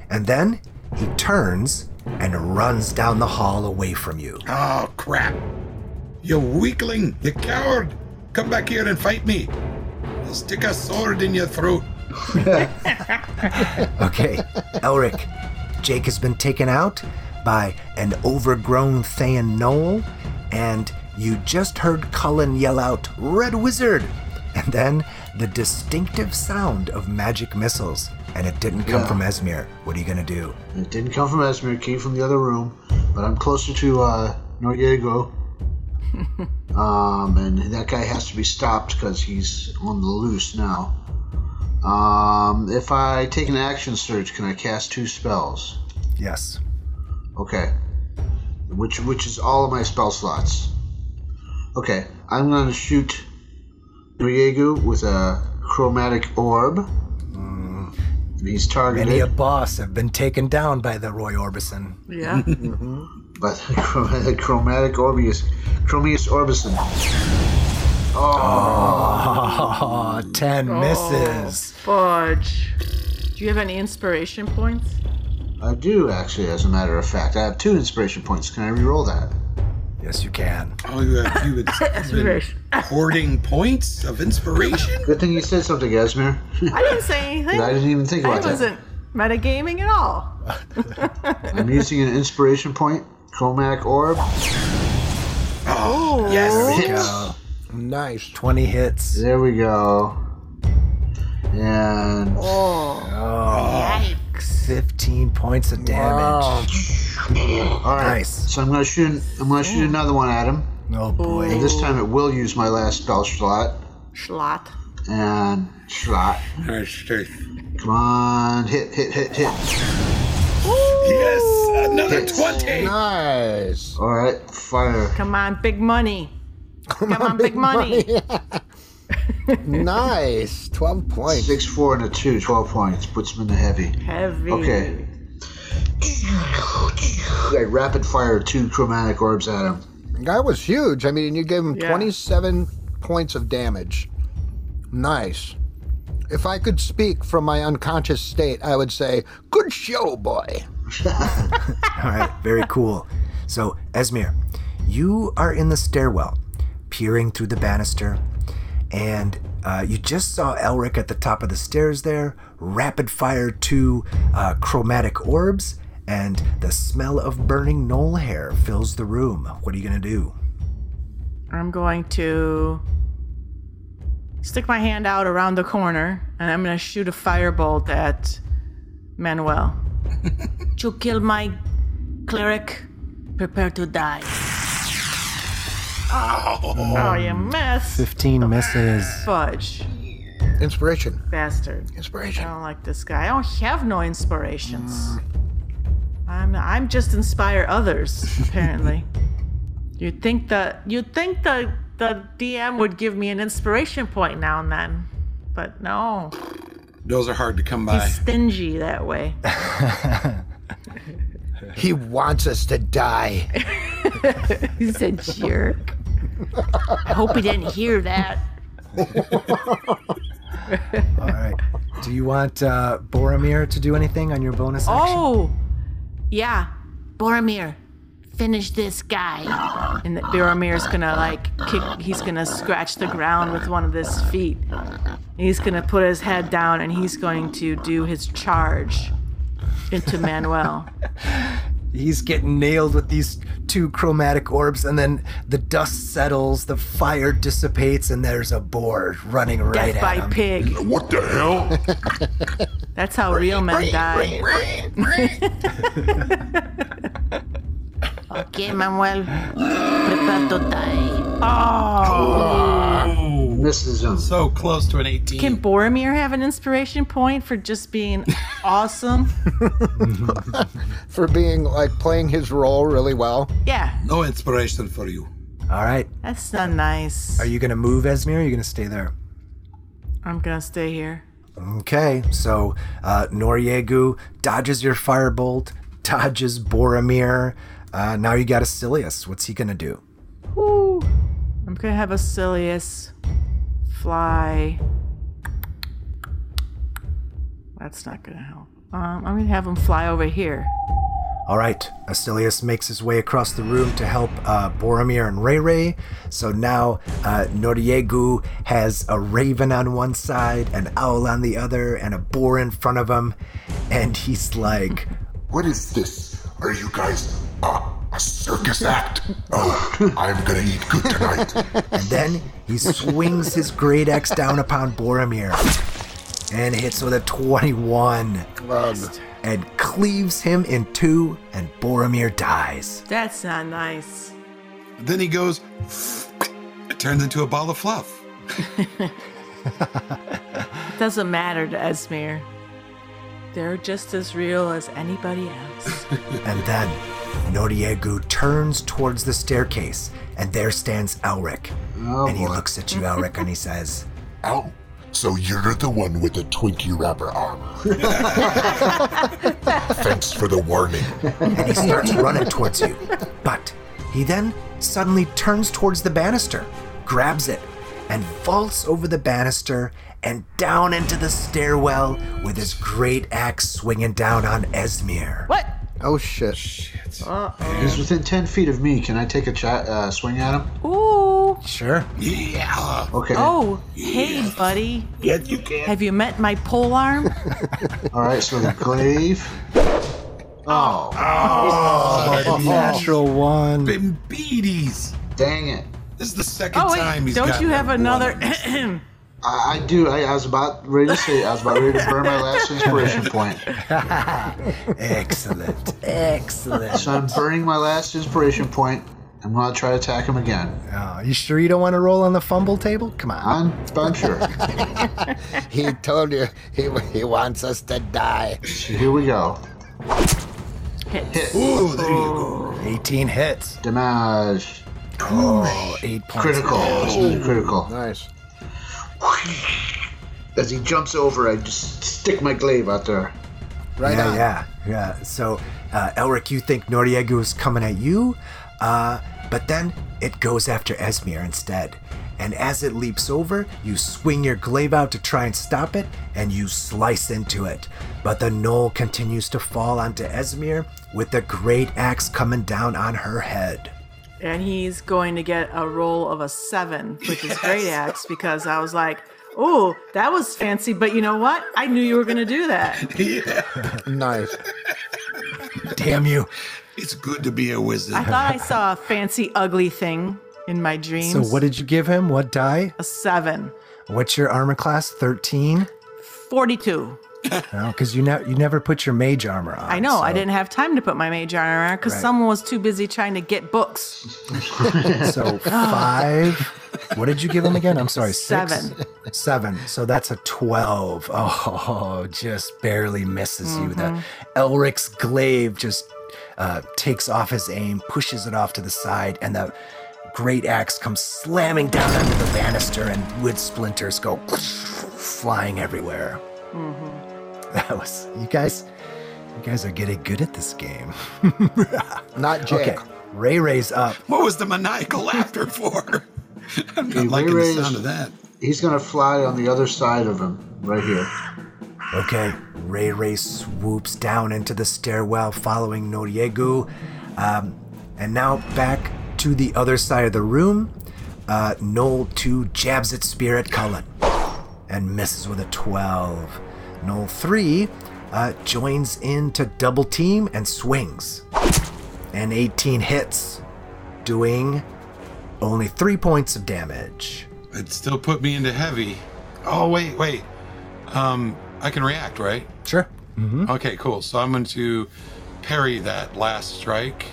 And then he turns and runs down the hall away from you. Oh, crap. You weakling. You coward. Come back here and fight me. I'll stick a sword in your throat. Okay, Elric, Jake has been taken out by an overgrown Thayan Knoll, and you just heard Cullen yell out, Red Wizard! And then the distinctive sound of magic missiles, and it didn't come Yeah. from Esmir. What are you gonna do? It didn't come from Esmer, it came from the other room, but I'm closer to uh, Noriego. um, and that guy has to be stopped because he's on the loose now. Um, if I take an action surge, can I cast two spells? Yes. Okay. Which which is all of my spell slots. Okay, I'm gonna shoot Noriego with a chromatic orb. And he's Many a targeted boss have been taken down by the Roy Orbison. Yeah. by the chromatic, chromatic orbius, Chromius Orbison. Oh, Oh, 10 misses. Oh, Fudge. Do you have any inspiration points? I do actually, as a matter of fact. I have two inspiration points. Can I reroll that? Yes, you can. Oh, you have you been hoarding points of inspiration? Good thing you said something, Esmer. I didn't say anything. I didn't even think I about that. wasn't metagaming at all. I'm using an inspiration point, chromatic orb. Oh, Oh, There we Hits. go. Nice. 20 hits. There we go. And Oh, 15 points of damage. all right, Nice. so I'm gonna shoot. I'm gonna shoot another one at him. Oh, boy. And this time it will use my last spell slot. Schlot. And slot. Alright, sure. Come on, hit, hit, hit, hit. Yes, another 20. Nice. All right, fire. Come on, big money. Come on, big money. nice. 12 points. Six, four, and a two. Twelve points puts him in the heavy. Heavy. Okay. I rapid fire two chromatic orbs at him. That was huge. I mean, you gave him Yeah. 27 points of damage. Nice. If I could speak from my unconscious state, I would say, Good show, boy. All right, very cool. So, Esmir, you are in the stairwell, peering through the banister, and uh, you just saw Elric at the top of the stairs there, rapid fire two uh, chromatic orbs, and the smell of burning knoll hair fills the room. What are you going to do? I'm going to stick my hand out around the corner and I'm going to shoot a firebolt at Manuel. Did you kill my cleric? Prepare to die. Oh, you missed. 15 misses. Fudge. Inspiration. Bastard. I Inspiration. Oh. don't like this guy. I don't have no inspirations. I'm I'm just inspire others, apparently. you'd think the you'd think the the DM would give me an inspiration point now and then. But no. Those are hard to come by. He's stingy that way. He wants us to die. He's a jerk. I hope he didn't hear that. All right. Do you want uh, Boromir to do anything on your bonus action? Oh, Yeah, Boromir, finish this guy. and that Boromir's gonna like kick. He's gonna scratch the ground with one of his feet. He's gonna put his head down and he's going to do his charge into Manuel. He's getting nailed with these two chromatic orbs, and then the dust settles, the fire dissipates, and there's a boar running right Death at by him. pig. What the hell? That's how real men die. Okay, Manuel, prepare to die. Misses him. So close to an 18. Can Boromir have an inspiration point for just being awesome? For being like playing his role really well. Yeah, no inspiration for you. All right. that's not nice. Are you going to move, Esmir? Or are you going to stay there? I'm gonna stay here. Okay. So uh, Noriegu dodges your firebolt, dodges Boromir. Uh, now you got Asilius. What's he going to do? Woo. I'm gonna have a Silius fly. That's not gonna help. Um, I'm gonna have him fly over here. All right, Asilius makes his way across the room to help uh, Boromir and Ray Ray. So now uh, Noriegu has a raven on one side, an owl on the other, and a boar in front of him. And he's like, What is this? Are you guys uh, a circus act? Oh, I'm gonna eat good tonight. and then he swings his great axe down upon Boromir and hits with a 21 and cleaves him in two, and Boromir dies. That's not nice. Then he goes, it turns into a ball of fluff. It doesn't matter to Esmir. They're just as real as anybody else. And then Noriegu turns towards the staircase, and there stands Elric. and he looks at you, Elric, and he says, Ow. So you're the one with the Twinkie wrapper arm. Thanks for the warning. and he starts running towards you. But he then suddenly turns towards the banister, grabs it, and vaults over the banister and down into the stairwell with his great axe swinging down on Esmir. what? Oh, shit. He's within ten feet of me. Can I take a cha- uh, swing at him? Ooh. Sure. Yeah. Okay. Oh, hey, buddy. Yes, you can. Have you met my pole arm? All right. So the glaive. Oh, Natural one. Bimbeaties. dang it! This is the second Oh time wait, he's don't gotten you have number one. another? I, I do. I, I was about ready to say. I was about ready to burn my last inspiration point. Excellent. Excellent. So I'm burning my last inspiration point. I'm gonna try to attack him again. Oh, you sure you don't want to roll on the fumble table? Come on. I'm, I'm sure. He told you he, he wants us to die. So here we go. Hits. Ooh, there you go. 18 hits. Damage. Oh, eight points. Critical. It's really critical. Nice. As he jumps over, I just stick my glaive out there. Right yeah, on. yeah, yeah. So, uh, Elric, you think Noriegu is coming at you, uh, but then it goes after Esmir instead. And as it leaps over, you swing your glaive out to try and stop it, and you slice into it. But the knoll continues to fall onto Esmir, with the great axe coming down on her head. and he's going to get a roll of a seven with his great axe because I was like, "Oh, that was fancy," but you know what? I knew you were going to do that. Nice. Damn you! It's good to be a wizard. I thought I saw a fancy ugly thing in my dreams. So, what did you give him? What die? a seven? What's your armor class? 13? 42. Because you, ne- you never put your mage armor on. I know. I so- didn't have time to put my mage armor on because Right. someone was too busy trying to get books. So five. What did you give him again? I'm sorry. Six? Seven. Seven. So that's a twelve. Oh, just barely misses you. The Elric's glaive just uh, takes off his aim, pushes it off to the side, and the great axe comes slamming down onto the banister, and wood splinters go flying everywhere. That was you guys. You guys are getting good at this game. Not Jake. Okay, Ray Ray's up. what was the maniacal laughter for? I'm not He liking the raised- sound of that. He's gonna fly on the other side of him, right here. Okay, Ray Ray swoops down into the stairwell following Noriegu. Um, and now back to the other side of the room. Uh, Noel 2 jabs its spear at Cullen and misses with a 12. Noel 3 uh, joins in to double team and swings. And 18 hits, doing only 3 points of damage. It still put me into heavy. Oh wait, wait. Um, I can react, right? Sure. Okay, cool. So I'm going to parry that last strike.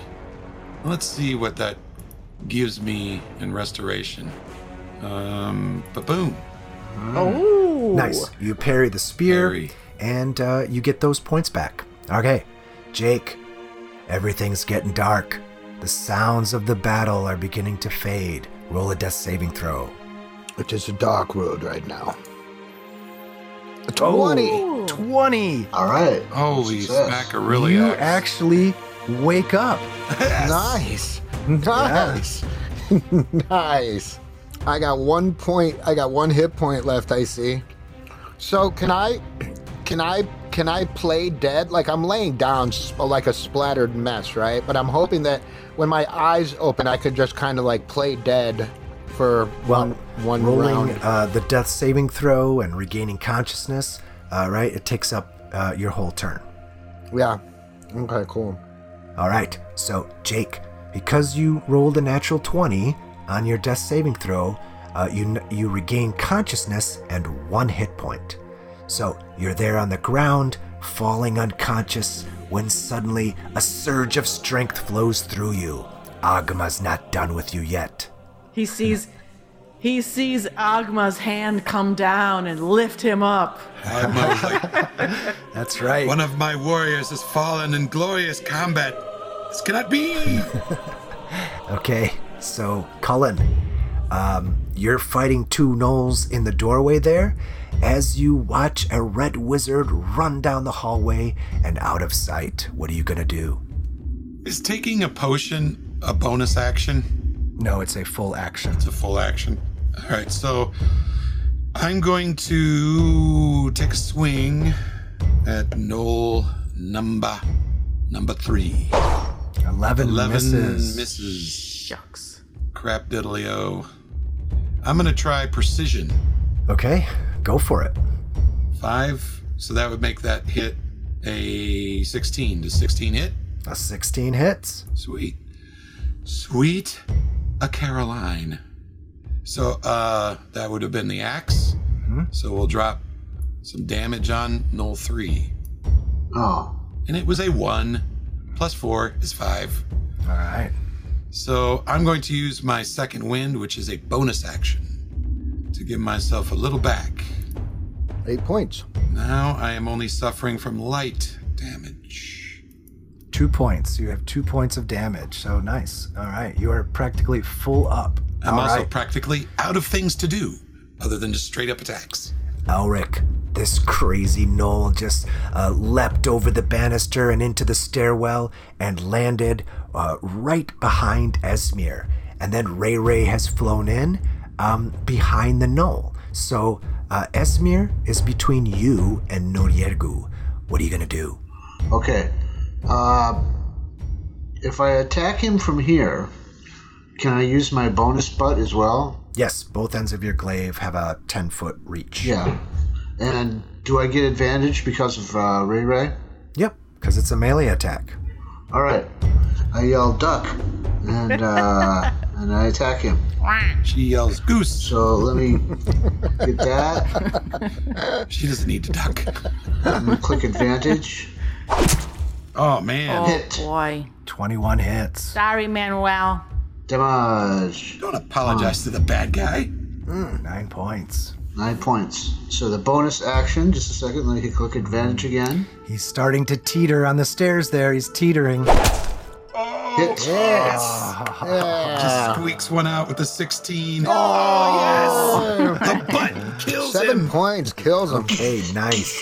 Let's see what that gives me in restoration. Um, but boom. Oh, Nice. You parry the spear, Parry. and uh, you get those points back. Okay, Jake, everything's getting dark. The sounds of the battle are beginning to fade. Roll a death saving throw. It is a dark road right now. Oh. 20! 20! All right. Holy Success. Oh, smackarilli. you axe. actually wake up. Nice. Nice. nice. I got one point. I got one hit point left. I see. So can I? Can I? Can I play dead? Like I'm laying down sp- like a splattered mess, right? But I'm hoping that when my eyes open, I could just kind of like play dead for Well, one one rolling round. uh, the death saving throw and regaining consciousness, uh, right? It takes up uh, your whole turn. Yeah. Okay. Cool. All right, so Jake, because you rolled a natural 20 on your death saving throw, uh, you n- you regain consciousness and one hit point. So you're there on the ground, falling unconscious, when suddenly a surge of strength flows through you. Agama's not done with you yet. he sees. He sees Agma's hand come down and lift him up. I'm uh, like, That's right. one of my warriors has fallen in glorious combat. This cannot be. Okay, so Cullen, um, you're fighting two gnolls in the doorway there as you watch a red wizard run down the hallway and out of sight. What are you gonna do? Is taking a potion a bonus action? No, it's a full action. It's a full action. All right, so I'm going to take a swing at Knoll number number three. 11, Eleven misses. misses. Shucks. Crap diddlyo. I'm gonna try precision Okay, go for it. five, so that would make that hit a 16. Does 16 hit? A 16 hits. Sweet, sweet, a Caroline. So uh, that would have been the ax Mm-hmm. So we'll drop some damage on null three, Oh, and it was a one plus four is five. All right. So I'm going to use my second wind, which is a bonus action, to give myself a little back. Eight points. Now I am only suffering from light damage. Two points. You have two points of damage. So nice. All right. You are practically full up. I'm All also right. practically out of things to do other than just straight up attacks. Elric, this crazy knoll just uh, leapt over the banister and into the stairwell and landed uh, right behind Esmir. And then Ray Ray has flown in um, behind the knoll. So uh, Esmir is between you and Noriergu. What are you going to do? okay. Uh, if I attack him from here, can I use my bonus butt as well? Yes, both ends of your glaive have a 10 foot reach. Yeah. And do I get advantage because of uh, Ray Ray? Yep, because it's a melee attack. All right. I yell duck, and uh, and I attack him. She yells, Goose! So let me get that. She doesn't need to duck. I'm gonna click advantage. Oh, man. Oh Hit. boy. 21 hits. Sorry, Manuel. Damage. Don't apologize to the bad guy. Nine points. Nine points. So the bonus action. Just a second. Let me click advantage again. He's starting to teeter on the stairs there. He's teetering. Hit. Just squeaks one out with a 16. yes! the butt kills Seven him. points kills him. Hey, nice.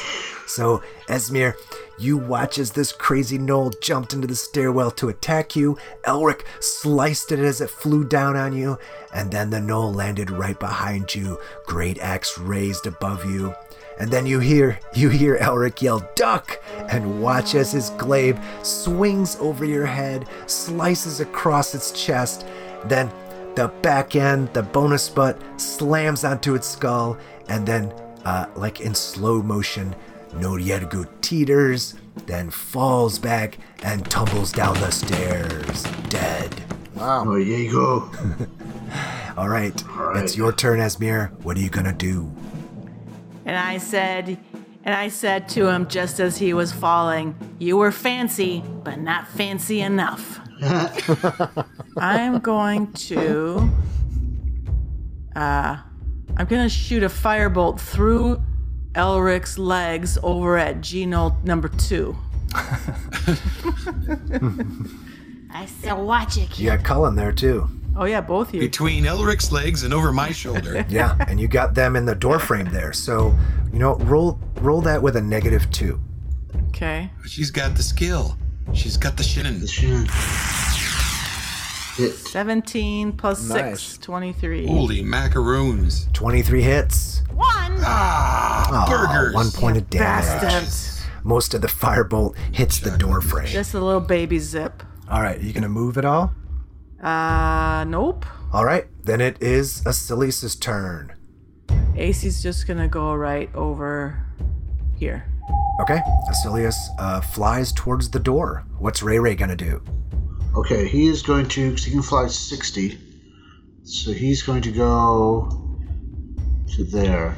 So, Esmir, you watch as this crazy knoll jumped into the stairwell to attack you. Elric sliced it as it flew down on you, and then the knoll landed right behind you, great axe raised above you. And then you hear you hear Elric yell duck and watch as his glaive swings over your head, slices across its chest, then the back end, the bonus butt slams onto its skull, and then, uh, like in slow motion, Noriergu teeters, then falls back and tumbles down the stairs, dead. Oh, yeah, you go. All right, it's your turn, Esmir. What are you gonna do? And I said, and I said to him just as he was falling, You were fancy, but not fancy enough. I'm going to. Uh, I'm going to shoot a firebolt through Elric's legs over at Geno number two. I said, watch it, You got Cullen there too. Oh, yeah, both of you. Between Elric's legs and over my shoulder. Yeah, and you got them in the door frame there. So, you know, roll roll that with a negative two. Okay. She's got the skill. She's got the shinin. Hit. 17 plus Nice. 6, 23. Holy macaroons. Twenty-three hits. One. Ah, burgers. One point of damage. Bastards. Most of the firebolt hits the door frame. Just a little baby zip. All right, you gonna move at all? Uh, nope. All right, then it is Asilisa's turn. Acey's just gonna go right over here. Okay, Asilius uh, flies towards the door. What's Ray Ray gonna do? Okay, he is going to. 'cause He can fly 60. So he's going to go to there.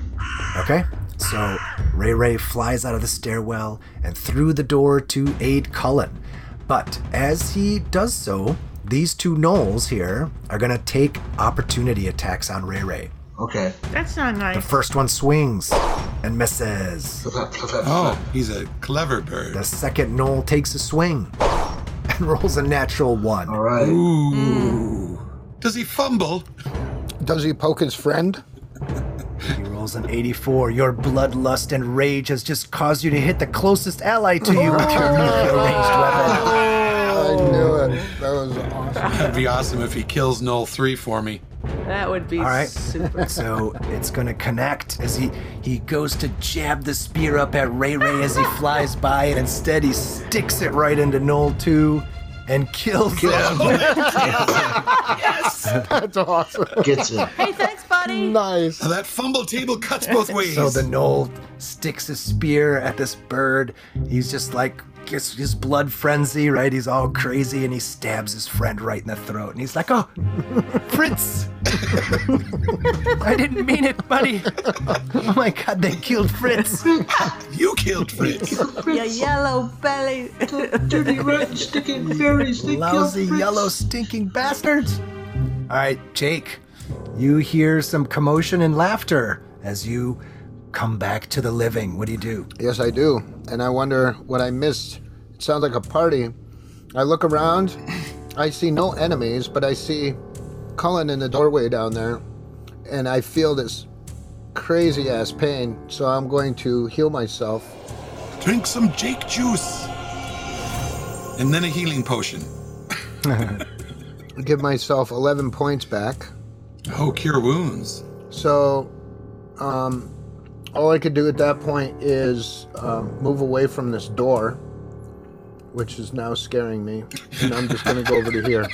Okay, so Ray Ray flies out of the stairwell and through the door to aid Cullen. But as he does so, these two gnolls here are gonna take opportunity attacks on Ray Ray. Okay. That's not The nice. first one swings and misses. Oh, he's a clever bird. The second knoll takes a swing and rolls a natural one. All right. Ooh. Does he fumble? Does he poke his friend? He rolls an 84. Your bloodlust and rage has just caused you to hit the closest ally to you with your melee ranged weapon. I knew it. That was awesome. That'd be awesome if he kills Null 3 for me. That would be All right. super. So it's gonna connect as he he goes to jab the spear up at Ray Ray as he flies by, and instead he sticks it right into Knoll 2 and kills him. That's awesome. Gets it. hey, thanks, buddy. Nice. Now that fumble table cuts both ways. So the Knoll sticks his spear at this bird. He's just like gets his blood frenzy, right? He's all crazy and he stabs his friend right in the throat. And he's like, Oh, Prince! I didn't mean it, buddy. Oh my god, they killed Fritz. You killed Fritz. Your yellow belly. Dirty, rotten, sticking fairies. They Lousy killed Fritz. yellow stinking bastards. All right, Jake, you hear some commotion and laughter as you come back to the living. What do you do? Yes, I do. And I wonder what I missed. It sounds like a party. I look around. I see no enemies, but I see Cullen in the doorway down there. And I feel this crazy ass pain. So I'm going to heal myself. Drink some Jake juice. And then a healing potion. Give myself 11 points back. Oh, cure wounds. So, um, all I could do at that point is um, move away from this door, which is now scaring me. And I'm just going to go over to here.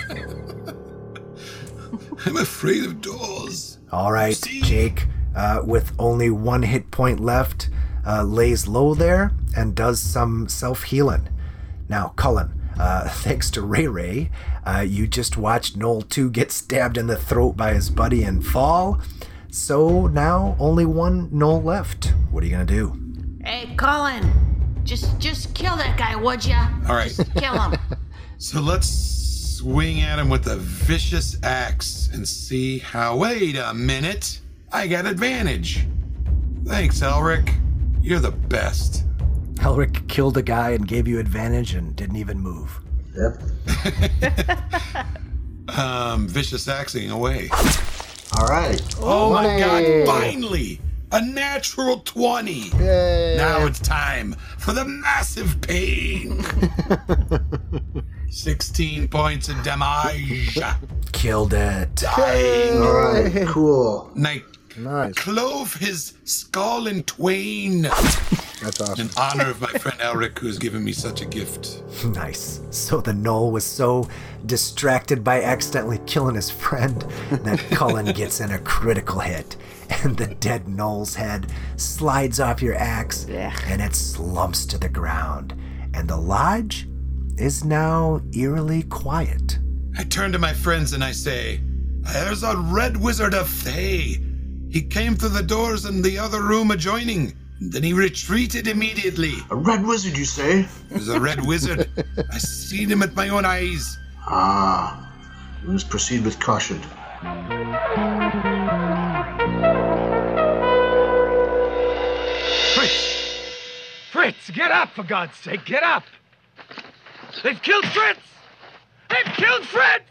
I'm afraid of doors. All right, See? Jake, uh, with only one hit point left, uh, lays low there and does some self healing. Now, Cullen, uh, thanks to Ray Ray, uh, you just watched Noel 2 get stabbed in the throat by his buddy and fall. So now only one Noel left. What are you going to do? Hey, Colin, just just kill that guy, would ya? All right. Kill him. So let's swing at him with a vicious axe and see how. Wait a minute. I got advantage. Thanks, Elric. You're the best. Elric killed a guy and gave you advantage and didn't even move. Yep. Um, vicious axing away. All right. Oh my Hey. god, finally! A natural 20. Now it's time for the massive pain. 16 points of damage. Killed it. I All right. Cool. knight Nice. clove his skull in twain That's awesome. in honor of my friend Elric, who has given me such a gift. Nice. So the knoll was so distracted by accidentally killing his friend that Cullen gets in a critical hit, and the dead knoll's head slides off your axe and it slumps to the ground. And the lodge is now eerily quiet. I turn to my friends and I say, There's a red wizard of Fey. He came through the doors in the other room adjoining. Then he retreated immediately. A red wizard, you say? There's a red wizard. I seen him with my own eyes. Ah. Let us proceed with caution. Fritz, get up, for God's sake, get up! They've killed Fritz! They've killed Fritz!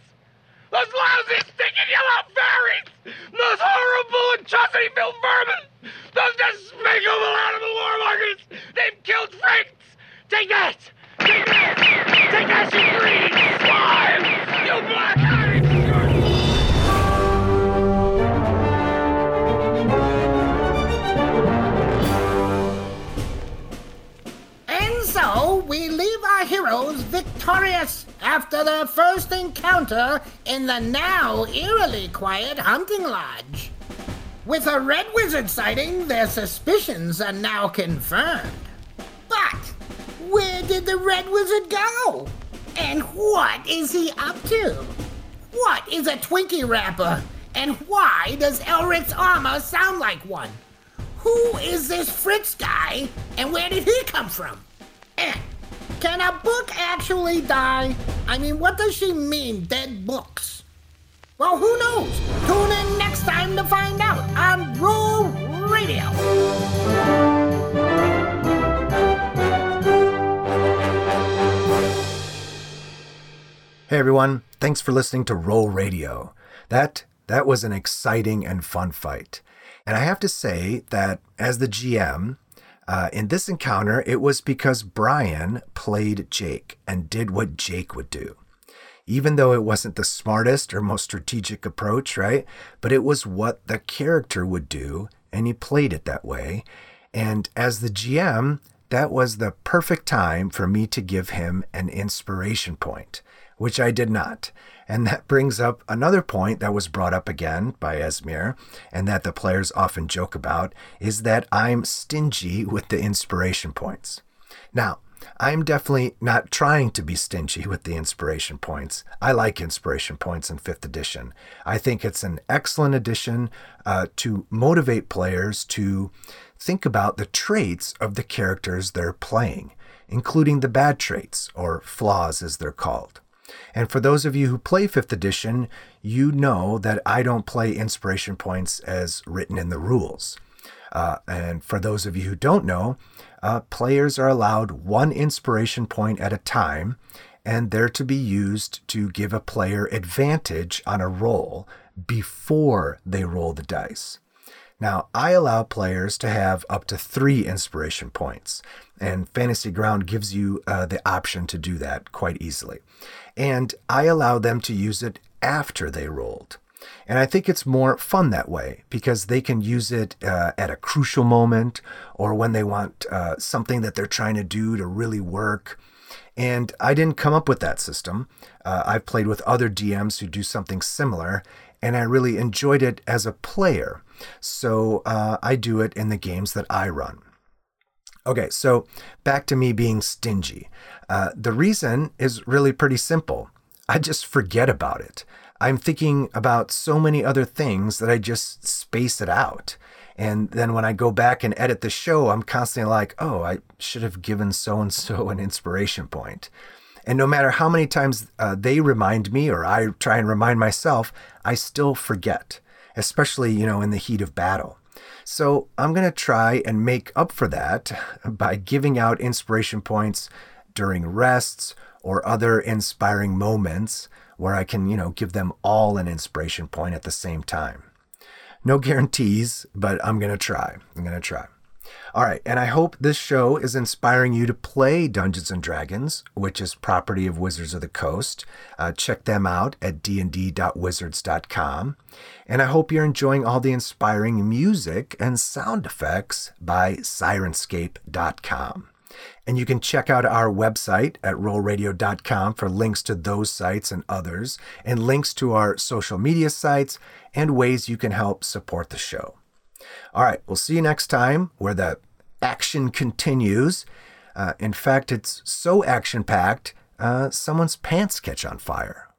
Those lousy, stinking yellow fairies! Those horrible atrocity-filled vermin! Those despicable animal warmongers! They've killed Fritz! Take that! Take that! Take that, you greedy slime! You black-eyed... And so we leave our heroes victorious after their first encounter in the now eerily quiet hunting lodge. With a red wizard sighting, their suspicions are now confirmed. But where did the red wizard go? And what is he up to? What is a Twinkie wrapper? And why does Elric's armor sound like one? Who is this Fritz guy, and where did he come from? And can a book actually die? I mean, what does she mean, dead books? Well, who knows? Tune in next time to find out on Roll Radio. Hey everyone, thanks for listening to Roll Radio. That that was an exciting and fun fight. And I have to say that as the GM, uh, in this encounter, it was because Brian played Jake and did what Jake would do. Even though it wasn't the smartest or most strategic approach, right? But it was what the character would do, and he played it that way. And as the GM, that was the perfect time for me to give him an inspiration point, which I did not. And that brings up another point that was brought up again by Esmir, and that the players often joke about is that I'm stingy with the inspiration points. Now, I'm definitely not trying to be stingy with the inspiration points. I like inspiration points in 5th edition. I think it's an excellent addition uh, to motivate players to think about the traits of the characters they're playing, including the bad traits, or flaws as they're called. And for those of you who play 5th edition, you know that I don't play inspiration points as written in the rules. Uh, and for those of you who don't know, uh, players are allowed one inspiration point at a time, and they're to be used to give a player advantage on a roll before they roll the dice. Now, I allow players to have up to three inspiration points, and Fantasy Ground gives you uh, the option to do that quite easily. And I allow them to use it after they rolled. And I think it's more fun that way because they can use it uh, at a crucial moment or when they want uh, something that they're trying to do to really work. And I didn't come up with that system. Uh, I've played with other DMs who do something similar, and I really enjoyed it as a player. So uh, I do it in the games that I run. Okay, so back to me being stingy. Uh, the reason is really pretty simple I just forget about it. I'm thinking about so many other things that I just space it out. And then when I go back and edit the show, I'm constantly like, oh, I should have given so and so an inspiration point. And no matter how many times uh, they remind me or I try and remind myself, I still forget, especially, you know, in the heat of battle. So I'm going to try and make up for that by giving out inspiration points during rests or other inspiring moments where I can, you know, give them all an inspiration point at the same time. No guarantees, but I'm going to try. I'm going to try. All right, and I hope this show is inspiring you to play Dungeons and Dragons, which is property of Wizards of the Coast. Uh, check them out at dnd.wizards.com. And I hope you're enjoying all the inspiring music and sound effects by sirenscape.com. And you can check out our website at rollradio.com for links to those sites and others, and links to our social media sites and ways you can help support the show. All right, we'll see you next time where the action continues. Uh, in fact, it's so action packed, uh, someone's pants catch on fire.